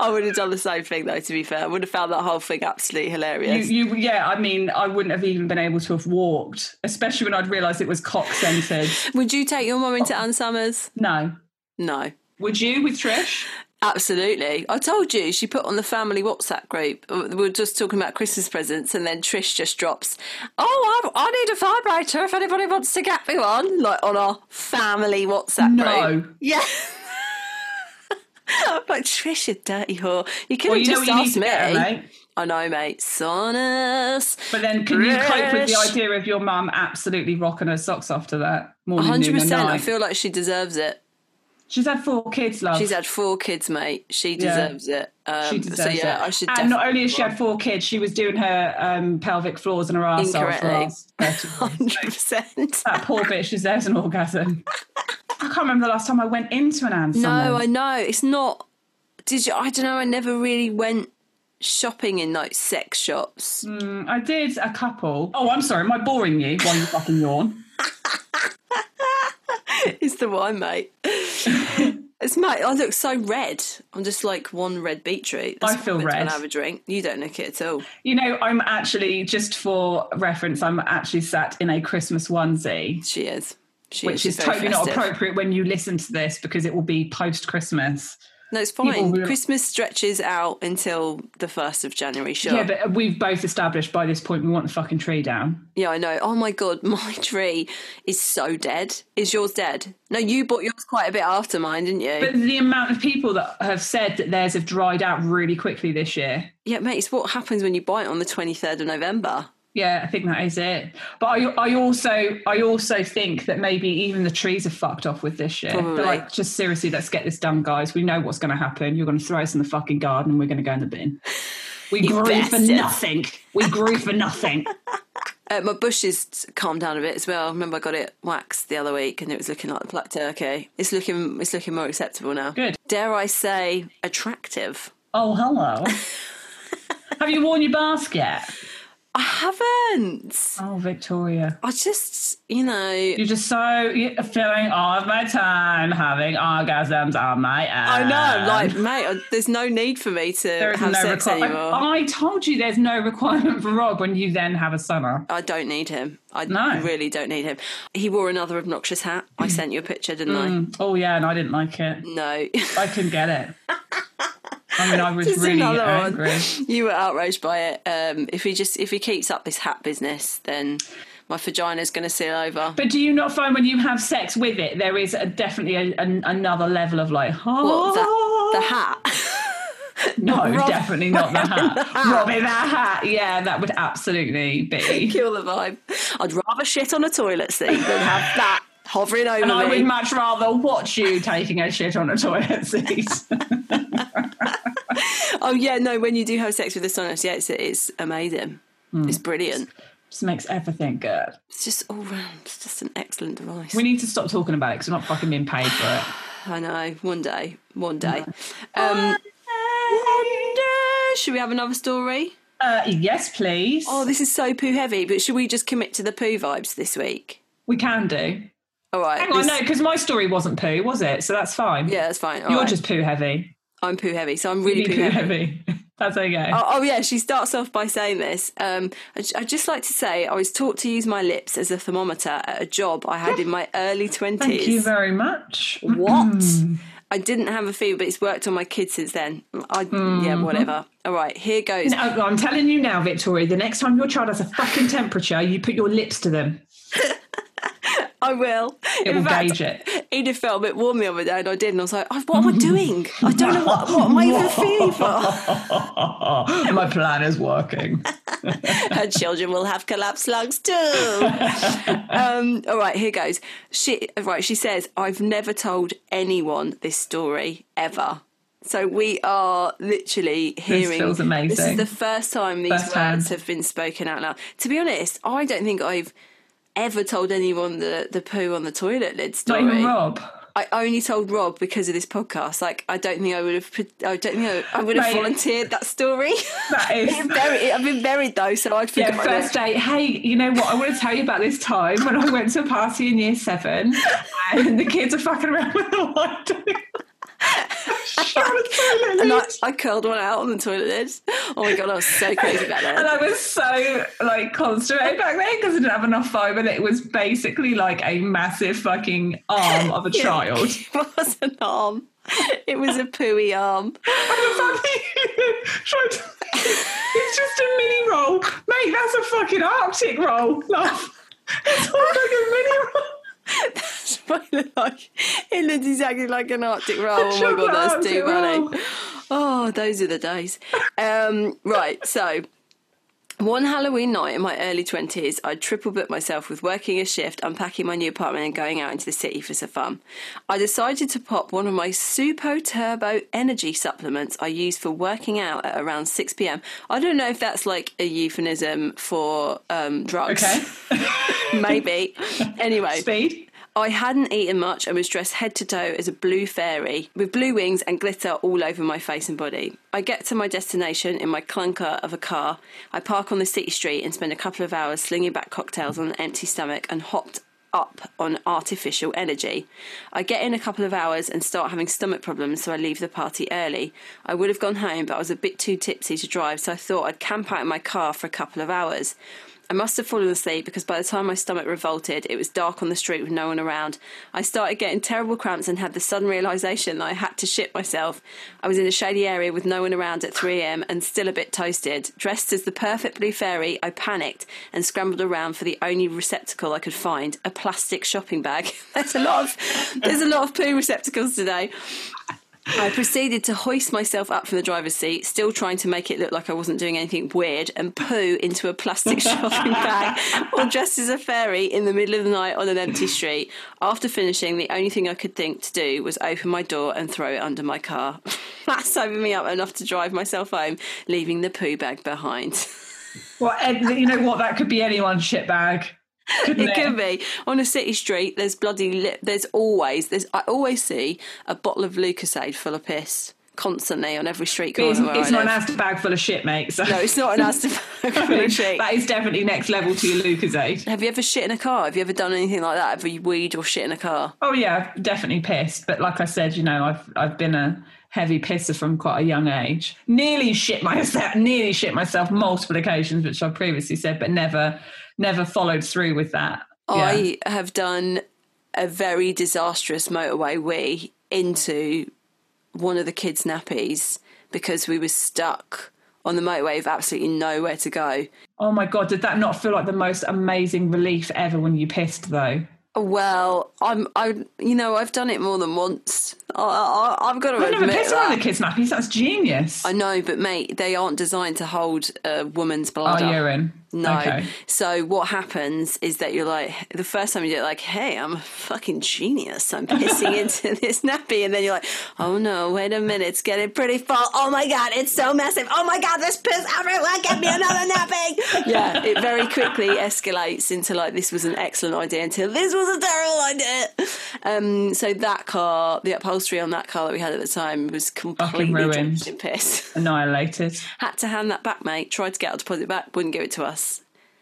[SPEAKER 3] I would have done the same thing though. To be fair, I would have found that whole thing absolutely
[SPEAKER 4] You,
[SPEAKER 3] hilarious.
[SPEAKER 4] you, yeah, I mean, I wouldn't have even been able to have walked, especially when I'd realised it was cock scented.
[SPEAKER 3] would you take your mum into Ann Summers?
[SPEAKER 4] No.
[SPEAKER 3] No,
[SPEAKER 4] Would you with Trish?
[SPEAKER 3] absolutely. I told you she put on the family WhatsApp group. Uh, We were just talking about Christmas presents, and then Trish just drops, "Oh, I, I need a vibrator if anybody wants to get me one." Like on our family WhatsApp group.
[SPEAKER 4] No.
[SPEAKER 3] Yeah. like Trish, you dirty whore. You could
[SPEAKER 4] Well,
[SPEAKER 3] have
[SPEAKER 4] you know what
[SPEAKER 3] just
[SPEAKER 4] you need
[SPEAKER 3] asked
[SPEAKER 4] to
[SPEAKER 3] me.
[SPEAKER 4] get her, mate.
[SPEAKER 3] I know, mate. Saunas.
[SPEAKER 4] But then, can you cope with the
[SPEAKER 3] Trish.
[SPEAKER 4] idea of your mum absolutely rocking her socks after that? Morning,
[SPEAKER 3] Hundred
[SPEAKER 4] noon, and
[SPEAKER 3] percent.
[SPEAKER 4] night?
[SPEAKER 3] I feel like she deserves it.
[SPEAKER 4] she's had four kids, love.
[SPEAKER 3] She's had four kids, mate. She
[SPEAKER 4] Yeah.
[SPEAKER 3] deserves it. Um,
[SPEAKER 4] she deserves
[SPEAKER 3] so yeah,
[SPEAKER 4] it.
[SPEAKER 3] I should.
[SPEAKER 4] and not only has she had four kids, she was doing her um, pelvic floors and her ass
[SPEAKER 3] Incorrectly. hundred
[SPEAKER 4] that
[SPEAKER 3] percent.
[SPEAKER 4] poor bitch deserves an orgasm. I can't remember the last time I went into an Ann
[SPEAKER 3] No,
[SPEAKER 4] Summers.
[SPEAKER 3] I know it's not. Did you? I don't know. I never really went shopping in like sex shops.
[SPEAKER 4] Mm. I did a couple. Oh, I'm sorry. Am I boring you while you fucking yawn?
[SPEAKER 3] It's the wine, mate. it's mate. I look so red. I'm just like one red beetroot. That's
[SPEAKER 4] I
[SPEAKER 3] what
[SPEAKER 4] feel
[SPEAKER 3] happens When
[SPEAKER 4] red.
[SPEAKER 3] I have a drink, you don't look it at all.
[SPEAKER 4] You know, I'm actually, just for reference, I'm actually sat in a Christmas onesie.
[SPEAKER 3] She is. She
[SPEAKER 4] which
[SPEAKER 3] She's
[SPEAKER 4] is
[SPEAKER 3] very
[SPEAKER 4] totally not
[SPEAKER 3] festive.
[SPEAKER 4] appropriate when you listen to this because it will be post Christmas.
[SPEAKER 3] No, it's
[SPEAKER 4] People
[SPEAKER 3] fine.
[SPEAKER 4] will-
[SPEAKER 3] Christmas stretches out until the first of January. Sure.
[SPEAKER 4] Yeah, but we've both established by this point we want the fucking tree down.
[SPEAKER 3] Yeah, I know. Oh my god, my tree is so dead. Is yours dead? No, you bought yours quite a bit after mine, didn't you?
[SPEAKER 4] But the amount of people that have said that theirs have dried out really quickly this year.
[SPEAKER 3] yeah, mate, it's what happens when you buy it on the twenty third of November.
[SPEAKER 4] Yeah, I think that is it. But I, I also, I also think that maybe even the trees are fucked off with this year.
[SPEAKER 3] Probably.
[SPEAKER 4] They're like, just seriously, let's get this done, guys. We know what's going to happen. You're going to throw us in the fucking garden, and we're going to go in the bin. We grew for
[SPEAKER 3] bastards.
[SPEAKER 4] nothing. We grew for nothing.
[SPEAKER 3] Uh, my bushes calmed down a bit as well. I remember I got it waxed the other week, and it was looking like the black turkey. It's looking, it's looking more acceptable now.
[SPEAKER 4] Good.
[SPEAKER 3] Dare I say, attractive?
[SPEAKER 4] Oh, hello. Have you worn your mask yet?
[SPEAKER 3] I haven't.
[SPEAKER 4] Oh, Victoria.
[SPEAKER 3] I just, you know,
[SPEAKER 4] You're just so you're filling all of my time having orgasms on my own.
[SPEAKER 3] I know, like, mate, I, there's no need for me to
[SPEAKER 4] There is
[SPEAKER 3] have
[SPEAKER 4] no Oh,
[SPEAKER 3] sex
[SPEAKER 4] requirement.
[SPEAKER 3] anymore.
[SPEAKER 4] I told you there's no requirement for Rob when you then have a summer.
[SPEAKER 3] I don't need him. I
[SPEAKER 4] No. Mm.
[SPEAKER 3] really don't need him. He wore another obnoxious hat. I sent you a picture, didn't
[SPEAKER 4] Oh, yeah, and I didn't like it.
[SPEAKER 3] I? No.
[SPEAKER 4] I couldn't get it. I mean, I was
[SPEAKER 3] Just
[SPEAKER 4] really
[SPEAKER 3] another one.
[SPEAKER 4] angry.
[SPEAKER 3] you were outraged by it. Um, if he just if he keeps up this hat business, then my vagina's going to seal over.
[SPEAKER 4] But do you not find when you have sex with it, there is a, definitely a, an, another level of like,
[SPEAKER 3] What,
[SPEAKER 4] oh,
[SPEAKER 3] the, the hat.
[SPEAKER 4] No,
[SPEAKER 3] Rob-
[SPEAKER 4] definitely not the hat. Robbie that hat. Yeah, that would absolutely be.
[SPEAKER 3] Kill the vibe. I'd rather shit on a toilet seat than have that hovering over
[SPEAKER 4] And I
[SPEAKER 3] me.
[SPEAKER 4] would much rather watch you taking a shit on a toilet seat.
[SPEAKER 3] oh yeah, no. When you do have sex with the sonos, yeah, it's, it's amazing.
[SPEAKER 4] Mm.
[SPEAKER 3] It's brilliant.
[SPEAKER 4] Just makes everything good.
[SPEAKER 3] It's just all round. It's just an excellent device.
[SPEAKER 4] We need to stop talking about it because we're not fucking being paid for it.
[SPEAKER 3] I know. One day. One day. Um, one day. Should we have another story?
[SPEAKER 4] Uh, yes, please.
[SPEAKER 3] Oh, this is so poo heavy, but should we just commit to the poo vibes this week?
[SPEAKER 4] we can do.
[SPEAKER 3] All right.
[SPEAKER 4] Hang on,
[SPEAKER 3] this-
[SPEAKER 4] no, because my story wasn't poo, was it? So that's fine.
[SPEAKER 3] Yeah, that's fine. All
[SPEAKER 4] You're
[SPEAKER 3] right.
[SPEAKER 4] just poo heavy.
[SPEAKER 3] I'm poo heavy, so I'm really
[SPEAKER 4] Be
[SPEAKER 3] poo,
[SPEAKER 4] poo
[SPEAKER 3] heavy.
[SPEAKER 4] heavy. That's okay.
[SPEAKER 3] Oh, oh, yeah, she starts off by saying this. Um, I j- I'd just like to say I was taught to use my lips as a thermometer at a job I had in my early 20s.
[SPEAKER 4] Thank you very much.
[SPEAKER 3] What? I didn't have a fever, but it's worked on my kids since then. I yeah, whatever. All right, here goes.
[SPEAKER 4] Mm-hmm. No, oh, I'm telling you now, Victoria, the next time your child has a fucking temperature, you put your lips to them.
[SPEAKER 3] I will.
[SPEAKER 4] It will
[SPEAKER 3] In fact,
[SPEAKER 4] gauge it.
[SPEAKER 3] Edith felt a bit warm the other day, and I did, and I was like, "Oh, "What am I doing? I don't know what what am I even feeling for."
[SPEAKER 4] My plan is working.
[SPEAKER 3] Her children will have collapsed lungs too. um, all right, here goes. She right. She says, "I've never told anyone this story ever." So we are literally hearing.
[SPEAKER 4] feels amazing.
[SPEAKER 3] This is the first time these
[SPEAKER 4] First
[SPEAKER 3] words
[SPEAKER 4] hand.
[SPEAKER 3] have been spoken out loud. To be honest, I don't think I've ever told anyone the the poo on the toilet lid
[SPEAKER 4] Not
[SPEAKER 3] story.
[SPEAKER 4] even Rob.
[SPEAKER 3] I only told Rob because of this podcast. Like, I don't think I would have. I don't think I, I would have
[SPEAKER 4] Right.
[SPEAKER 3] volunteered that story.
[SPEAKER 6] That is-
[SPEAKER 3] Buried- I've been buried though, so I'd forget.
[SPEAKER 4] Yeah, first date. Hey, you know what? I want to tell you about this time when I went to a party in year seven and the kids are fucking around with the light.
[SPEAKER 3] and I, I curled one out on the toilet lid. Oh my god, I was so crazy about
[SPEAKER 4] And
[SPEAKER 3] that.
[SPEAKER 4] I was so like constipated back then because I didn't have enough fiber that it was basically like a massive fucking arm of a child.
[SPEAKER 3] It was an arm. It was a pooey arm.
[SPEAKER 4] Tried to-
[SPEAKER 6] It's just a mini roll. Mate, that's a fucking Arctic roll. Love. It's all like a mini roll.
[SPEAKER 3] That's why it looked like it looked exactly like an Arctic roll. Oh my
[SPEAKER 6] Chocolate
[SPEAKER 3] god, that's
[SPEAKER 6] Arctic
[SPEAKER 3] too funny.
[SPEAKER 6] roll.
[SPEAKER 3] Oh, those are the days. Um, right, so one Halloween night in my early 20s, I triple booked myself with working a shift, unpacking my new apartment, and going out into the city for some fun. I decided to pop one of my Supo Turbo energy supplements I use for working out at around 6 pm. I don't know if that's like a euphemism for um, drugs.
[SPEAKER 6] Okay.
[SPEAKER 3] Maybe. Anyway.
[SPEAKER 6] Speed.
[SPEAKER 3] I hadn't eaten much and was dressed head to toe as a blue fairy with blue wings and glitter all over my face and body. I get to my destination in my clunker of a car. I park on the city street and spend a couple of hours slinging back cocktails on an empty stomach and hopped up on artificial energy. I get in a couple of hours and start having stomach problems, so I leave the party early. I would have gone home, but I was a bit too tipsy to drive, so I thought I'd camp out in my car for a couple of hours. I must have fallen asleep because by the time my stomach revolted, it was dark on the street with no one around. I started getting terrible cramps and had the sudden realization that I had to shit myself. I was in a shady area with no one around at 3am and still a bit toasted. Dressed as the perfect blue fairy, I panicked and scrambled around for the only receptacle I could find, a plastic shopping bag. there's a lot of there's a lot of poo receptacles today. I proceeded to hoist myself up from the driver's seat, still trying to make it look like I wasn't doing anything weird, and poo into a plastic shopping bag or dressed as a fairy in the middle of the night on an empty street. After finishing, the only thing I could think to do was open my door and throw it under my car. that sobered me up enough to drive myself home, leaving the poo bag behind.
[SPEAKER 4] Well, Ed, you know what? That could be anyone's shit bag.
[SPEAKER 3] It could be on a city street. There's bloody. Li- there's always. There's. I always see a bottle of Lucasade full of piss constantly on every street corner.
[SPEAKER 4] It's,
[SPEAKER 3] where
[SPEAKER 4] it's
[SPEAKER 3] I
[SPEAKER 4] not an
[SPEAKER 3] live.
[SPEAKER 4] Asda bag full of shit, mate. So.
[SPEAKER 3] No, it's not an Aston shit.
[SPEAKER 4] that is definitely next level to your Lucasade.
[SPEAKER 3] Have you ever shit in a car? Have you ever done anything like that? Have you weed or shit in a car?
[SPEAKER 4] Oh yeah, I've definitely pissed. But like I said, you know, I've I've been a heavy pisser from quite a young age. Nearly shit myself, nearly shit myself multiple occasions, which I previously said, but never never followed through with that. Yeah.
[SPEAKER 3] I have done a very disastrous motorway wee into one of the kids' nappies because we were stuck on the motorway with absolutely nowhere to go.
[SPEAKER 4] Oh my god, did that not feel like the most amazing relief ever when you pissed though?
[SPEAKER 3] Well, I'm I you know I've done it more than once. I, I, I've got to
[SPEAKER 4] I've never
[SPEAKER 3] admit
[SPEAKER 4] pissed
[SPEAKER 3] that.
[SPEAKER 4] on the kids' nappies. That's genius.
[SPEAKER 3] I know, but mate, they aren't designed to hold a woman's
[SPEAKER 4] Oh,
[SPEAKER 3] bladder.
[SPEAKER 4] urine.
[SPEAKER 3] No.
[SPEAKER 4] Okay.
[SPEAKER 3] So what happens is that you're like the first time you do it, like, hey, I'm a fucking genius. I'm pissing into this nappy, and then you're like, oh no, wait a minute, it's getting pretty full. Oh my god, it's so massive. Oh my god, there's piss everywhere. Get me another nappy. yeah, it very quickly escalates into like this was an excellent idea until this was a terrible idea. Um, so that car, the upholstery on that car that we had at the time was completely
[SPEAKER 4] ruined.
[SPEAKER 3] drenched in piss.
[SPEAKER 4] Annihilated.
[SPEAKER 3] had to hand that back, mate. Tried to get our deposit back, wouldn't give it to us.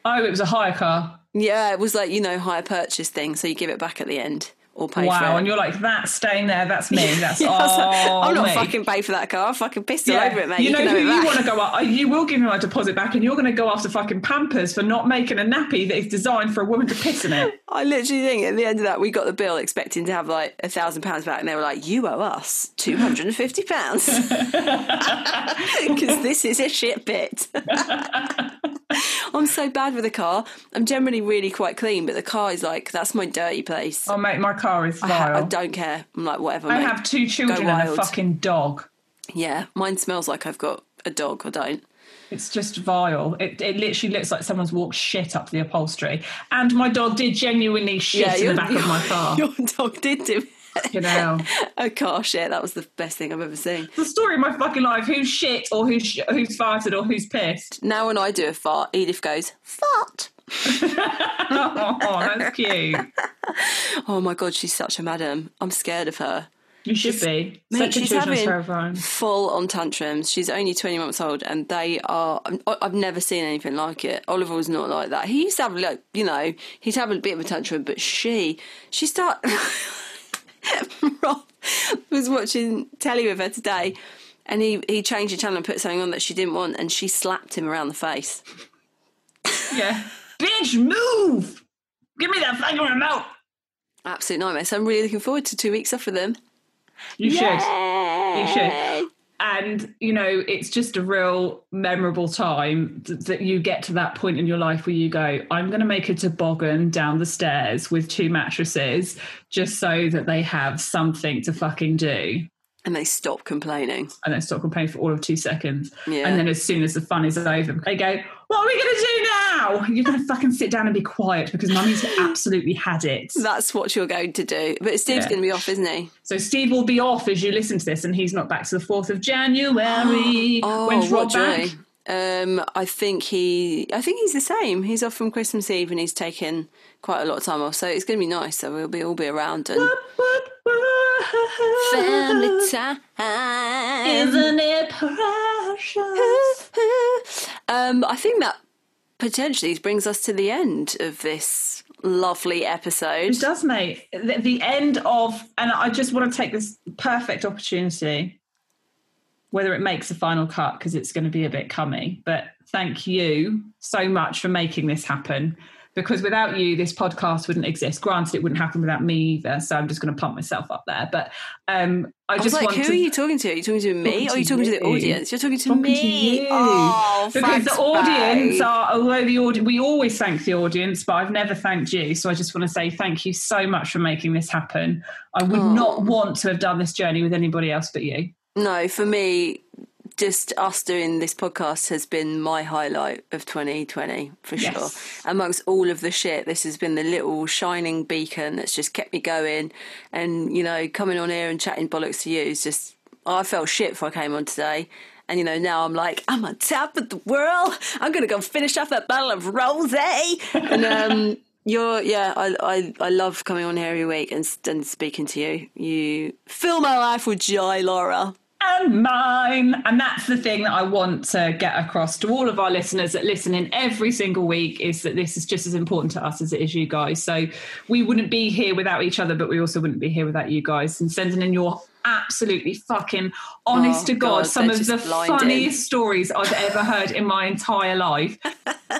[SPEAKER 4] Oh, it was a hire car.
[SPEAKER 3] Yeah, it was like, you know, hire purchase thing, so you give it back at the end. or pay for it.
[SPEAKER 4] Wow, and you're like, that's staying there, that's me, that's
[SPEAKER 3] Yeah, I was like,
[SPEAKER 4] all
[SPEAKER 3] I'm not
[SPEAKER 4] me."
[SPEAKER 3] fucking paying for that car. I'm fucking pissed all over it, mate.
[SPEAKER 4] You
[SPEAKER 3] You,
[SPEAKER 4] know
[SPEAKER 3] can have
[SPEAKER 4] who
[SPEAKER 3] it
[SPEAKER 4] you
[SPEAKER 3] back.
[SPEAKER 4] want to
[SPEAKER 7] go out, you will give me my deposit back and you're going to go after fucking Pampers for not making a nappy that is designed for a woman to piss in it.
[SPEAKER 3] I literally think at the end of that, we got the bill expecting to have like a thousand pounds back, and they were like, "You owe us two hundred and fifty pounds because this is a shit bit." I'm so bad with a car. I'm generally really quite clean, but the car is like that's my dirty place.
[SPEAKER 4] Oh, mate, my car is
[SPEAKER 3] I, ha- I
[SPEAKER 4] vile.
[SPEAKER 3] don't care. I'm like whatever.
[SPEAKER 4] I
[SPEAKER 3] mate.
[SPEAKER 4] have two children
[SPEAKER 3] Go
[SPEAKER 4] and a
[SPEAKER 3] wild.
[SPEAKER 4] fucking dog.
[SPEAKER 3] Yeah, mine smells like I've got a dog. I don't.
[SPEAKER 4] It's just vile. It, it literally looks like someone's walked shit up the upholstry. And my dog did genuinely shit in the
[SPEAKER 3] your-
[SPEAKER 4] back of my car.
[SPEAKER 3] Your dog did do
[SPEAKER 4] You know,
[SPEAKER 3] a car shit. That was the best thing I've ever seen.
[SPEAKER 4] the story of my fucking life: who's shit or who's sh- who's farted or who's pissed.
[SPEAKER 3] Now when I do a fart, Edith goes fart.
[SPEAKER 4] Oh, that's cute.
[SPEAKER 3] Oh my god, she's such a madam. I'm scared of her.
[SPEAKER 4] You should be.
[SPEAKER 3] Mate,
[SPEAKER 4] Such a
[SPEAKER 3] she's
[SPEAKER 4] children's
[SPEAKER 3] having
[SPEAKER 4] terrifying.
[SPEAKER 3] full on tantrums. She's only 20 months old and they are. I'm- I- I've never seen anything like it. Oliver was not like that. He used to have, like, you know, he'd have a bit of a tantrum, but she, she start. Rob was watching telly with her today and he, he changed the channel and put something on that she didn't want and she slapped him around the face.
[SPEAKER 4] Yeah. Bitch, move! Give me that fucking remote.
[SPEAKER 3] Absolute nightmare. So I'm really looking forward to two weeks off with them.
[SPEAKER 4] You should. You should. And you know, it's just a real memorable time th- that you get to that point in your life where you go, "I'm going to make a toboggan down the stairs with two mattresses, just so that they have something to fucking do."
[SPEAKER 3] And they stop complaining.
[SPEAKER 4] And then stop complaining for all of two seconds.
[SPEAKER 3] Yeah.
[SPEAKER 4] And then as soon as the fun is over, they go, "What are we going to do now?" You're going to fucking sit down and be quiet because mummy's absolutely had it.
[SPEAKER 3] That's what you're going to do. But Steve's
[SPEAKER 4] Yeah.
[SPEAKER 3] going to be off, isn't he?
[SPEAKER 4] So Steve will be off as you listen to this, and he's not back to the fourth of January. When's Rob
[SPEAKER 3] Oh, what
[SPEAKER 4] back?
[SPEAKER 3] joy. Um, I think he, I think he's the same. He's off from Christmas Eve and he's taken quite a lot of time off, so it's going to be nice. So we'll be all be around and family time.
[SPEAKER 4] Isn't it precious?
[SPEAKER 3] um, I think that potentially brings us to the end of this lovely episode.
[SPEAKER 4] It does, mate. The, the end of, and I just want to take this perfect opportunity, whether it makes a final cut because it's going to be a bit cummy. But thank you so much for making this happen. Because without you, this podcast wouldn't exist. Granted, it wouldn't happen without me either. So I'm just going to pump myself up there. But um, I,
[SPEAKER 3] I was
[SPEAKER 4] just
[SPEAKER 3] like,
[SPEAKER 4] want
[SPEAKER 3] who
[SPEAKER 4] to
[SPEAKER 3] are you talking to? Are you talking to me?
[SPEAKER 4] Talking
[SPEAKER 3] or are you
[SPEAKER 4] to
[SPEAKER 3] talking to the
[SPEAKER 4] you.
[SPEAKER 3] audience? You're talking to
[SPEAKER 4] talking
[SPEAKER 3] me.
[SPEAKER 4] to you.
[SPEAKER 3] Oh,
[SPEAKER 4] because
[SPEAKER 3] thanks,
[SPEAKER 4] the audience
[SPEAKER 3] babe.
[SPEAKER 4] are although the audience we always thank the audience, but I've never thanked you. So I just want to say thank you so much for making this happen. I would
[SPEAKER 3] Oh.
[SPEAKER 4] not want to have done this journey with anybody else but you.
[SPEAKER 3] No, for me, just us doing this podcast has been my highlight of 2020 for
[SPEAKER 4] Yes.
[SPEAKER 3] sure. Amongst all of the shit, this has been the little shining beacon that's just kept me going. And you know, coming on here and chatting bollocks to you is just I felt shit before I came on today. And you know, now I'm like, I'm on top of the world. I'm gonna go finish off that bottle of rosé. And um, you're, yeah, I, I, I love coming on here every week and and speaking to you. You fill my life with joy, Laura.
[SPEAKER 4] and mine. And that's the thing that I want to get across to all of our listeners that listen in every single week is that this is just as important to us as it is you guys. So we wouldn't be here without each other, but we also wouldn't be here without you guys. And sending in your absolutely fucking honest
[SPEAKER 3] Oh,
[SPEAKER 4] to God,
[SPEAKER 3] God,
[SPEAKER 4] some
[SPEAKER 3] they're
[SPEAKER 4] of the
[SPEAKER 3] just blinding.
[SPEAKER 4] funniest stories I've ever heard in my entire life. Uh,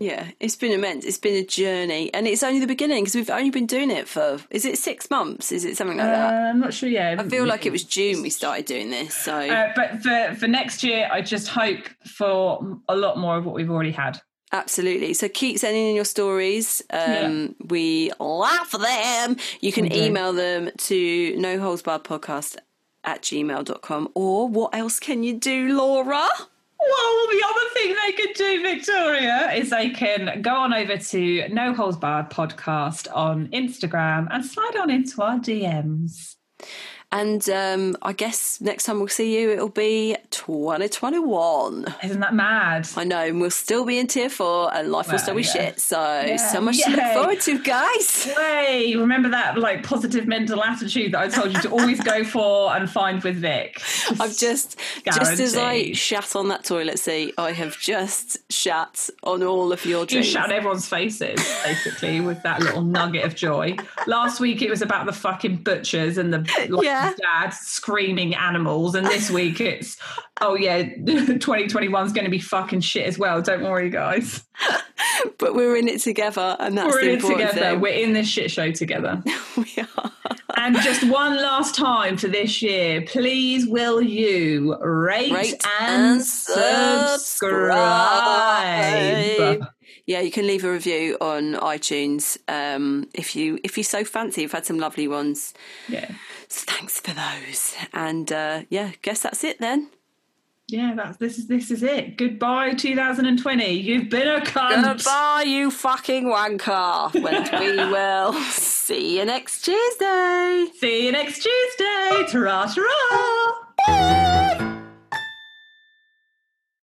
[SPEAKER 3] Yeah, it's been immense. It's been a journey, and it's only the beginning because we've only been doing it for is it six months? Is it something like
[SPEAKER 4] Uh,
[SPEAKER 3] that?
[SPEAKER 4] I'm not sure, yeah.
[SPEAKER 3] I feel like it was June we started doing this. So
[SPEAKER 4] Uh, but for, for next year, I just hope for a lot more of what we've already had.
[SPEAKER 3] absolutely. So keep sending in your stories. Um, We love them. You can email them to no holds barred podcast at gmail.com or what else can you do, Laura?
[SPEAKER 4] Well, the other thing they could do, Victoria, is they can go on over to No Holes Barred Podcast on Instagram and slide on into our DMs.
[SPEAKER 3] And um, I guess next time we'll see you, it'll be 2021.
[SPEAKER 4] Isn't that mad?
[SPEAKER 3] I know, and we'll still be in tier four, and life will
[SPEAKER 4] Well,
[SPEAKER 3] still be
[SPEAKER 4] yeah.
[SPEAKER 3] shit. So, so much to
[SPEAKER 4] Yay.
[SPEAKER 3] look forward to, guys.
[SPEAKER 4] Way, remember that like positive mental attitude that I told you to always go for and find with Vic.
[SPEAKER 3] I've just, just as I
[SPEAKER 4] Guaranteed.
[SPEAKER 3] shat on that toilet seat, I have just shat on all of your
[SPEAKER 4] you
[SPEAKER 3] dreams.
[SPEAKER 4] shout in everyone's faces basically with that little nugget of joy. Last week it was about the fucking butchers and the like,
[SPEAKER 3] Yeah.
[SPEAKER 4] dad screaming animals, and this week it's oh yeah, 2021's going to be fucking shit as well. Don't worry, guys.
[SPEAKER 3] But we're in it together, and that's
[SPEAKER 4] We're
[SPEAKER 3] the
[SPEAKER 4] in it
[SPEAKER 3] important
[SPEAKER 4] together.
[SPEAKER 3] thing.
[SPEAKER 4] We're in this shit show together.
[SPEAKER 3] we are.
[SPEAKER 4] And just one last time for this year, please will you rate,
[SPEAKER 3] Rate
[SPEAKER 4] and,
[SPEAKER 3] and
[SPEAKER 4] subscribe.
[SPEAKER 3] subscribe. Yeah, you can leave a review on iTunes um, if you if you so fancy. We've had some lovely ones,
[SPEAKER 4] Yeah.
[SPEAKER 3] so thanks for those. And uh, yeah, guess that's it then.
[SPEAKER 4] Yeah, that's this is this is it. Goodbye 2020. You've been a cunt.
[SPEAKER 3] Goodbye, you fucking wanker. When we will see you next Tuesday.
[SPEAKER 4] See you next Tuesday. Ta-ra, ta-ra.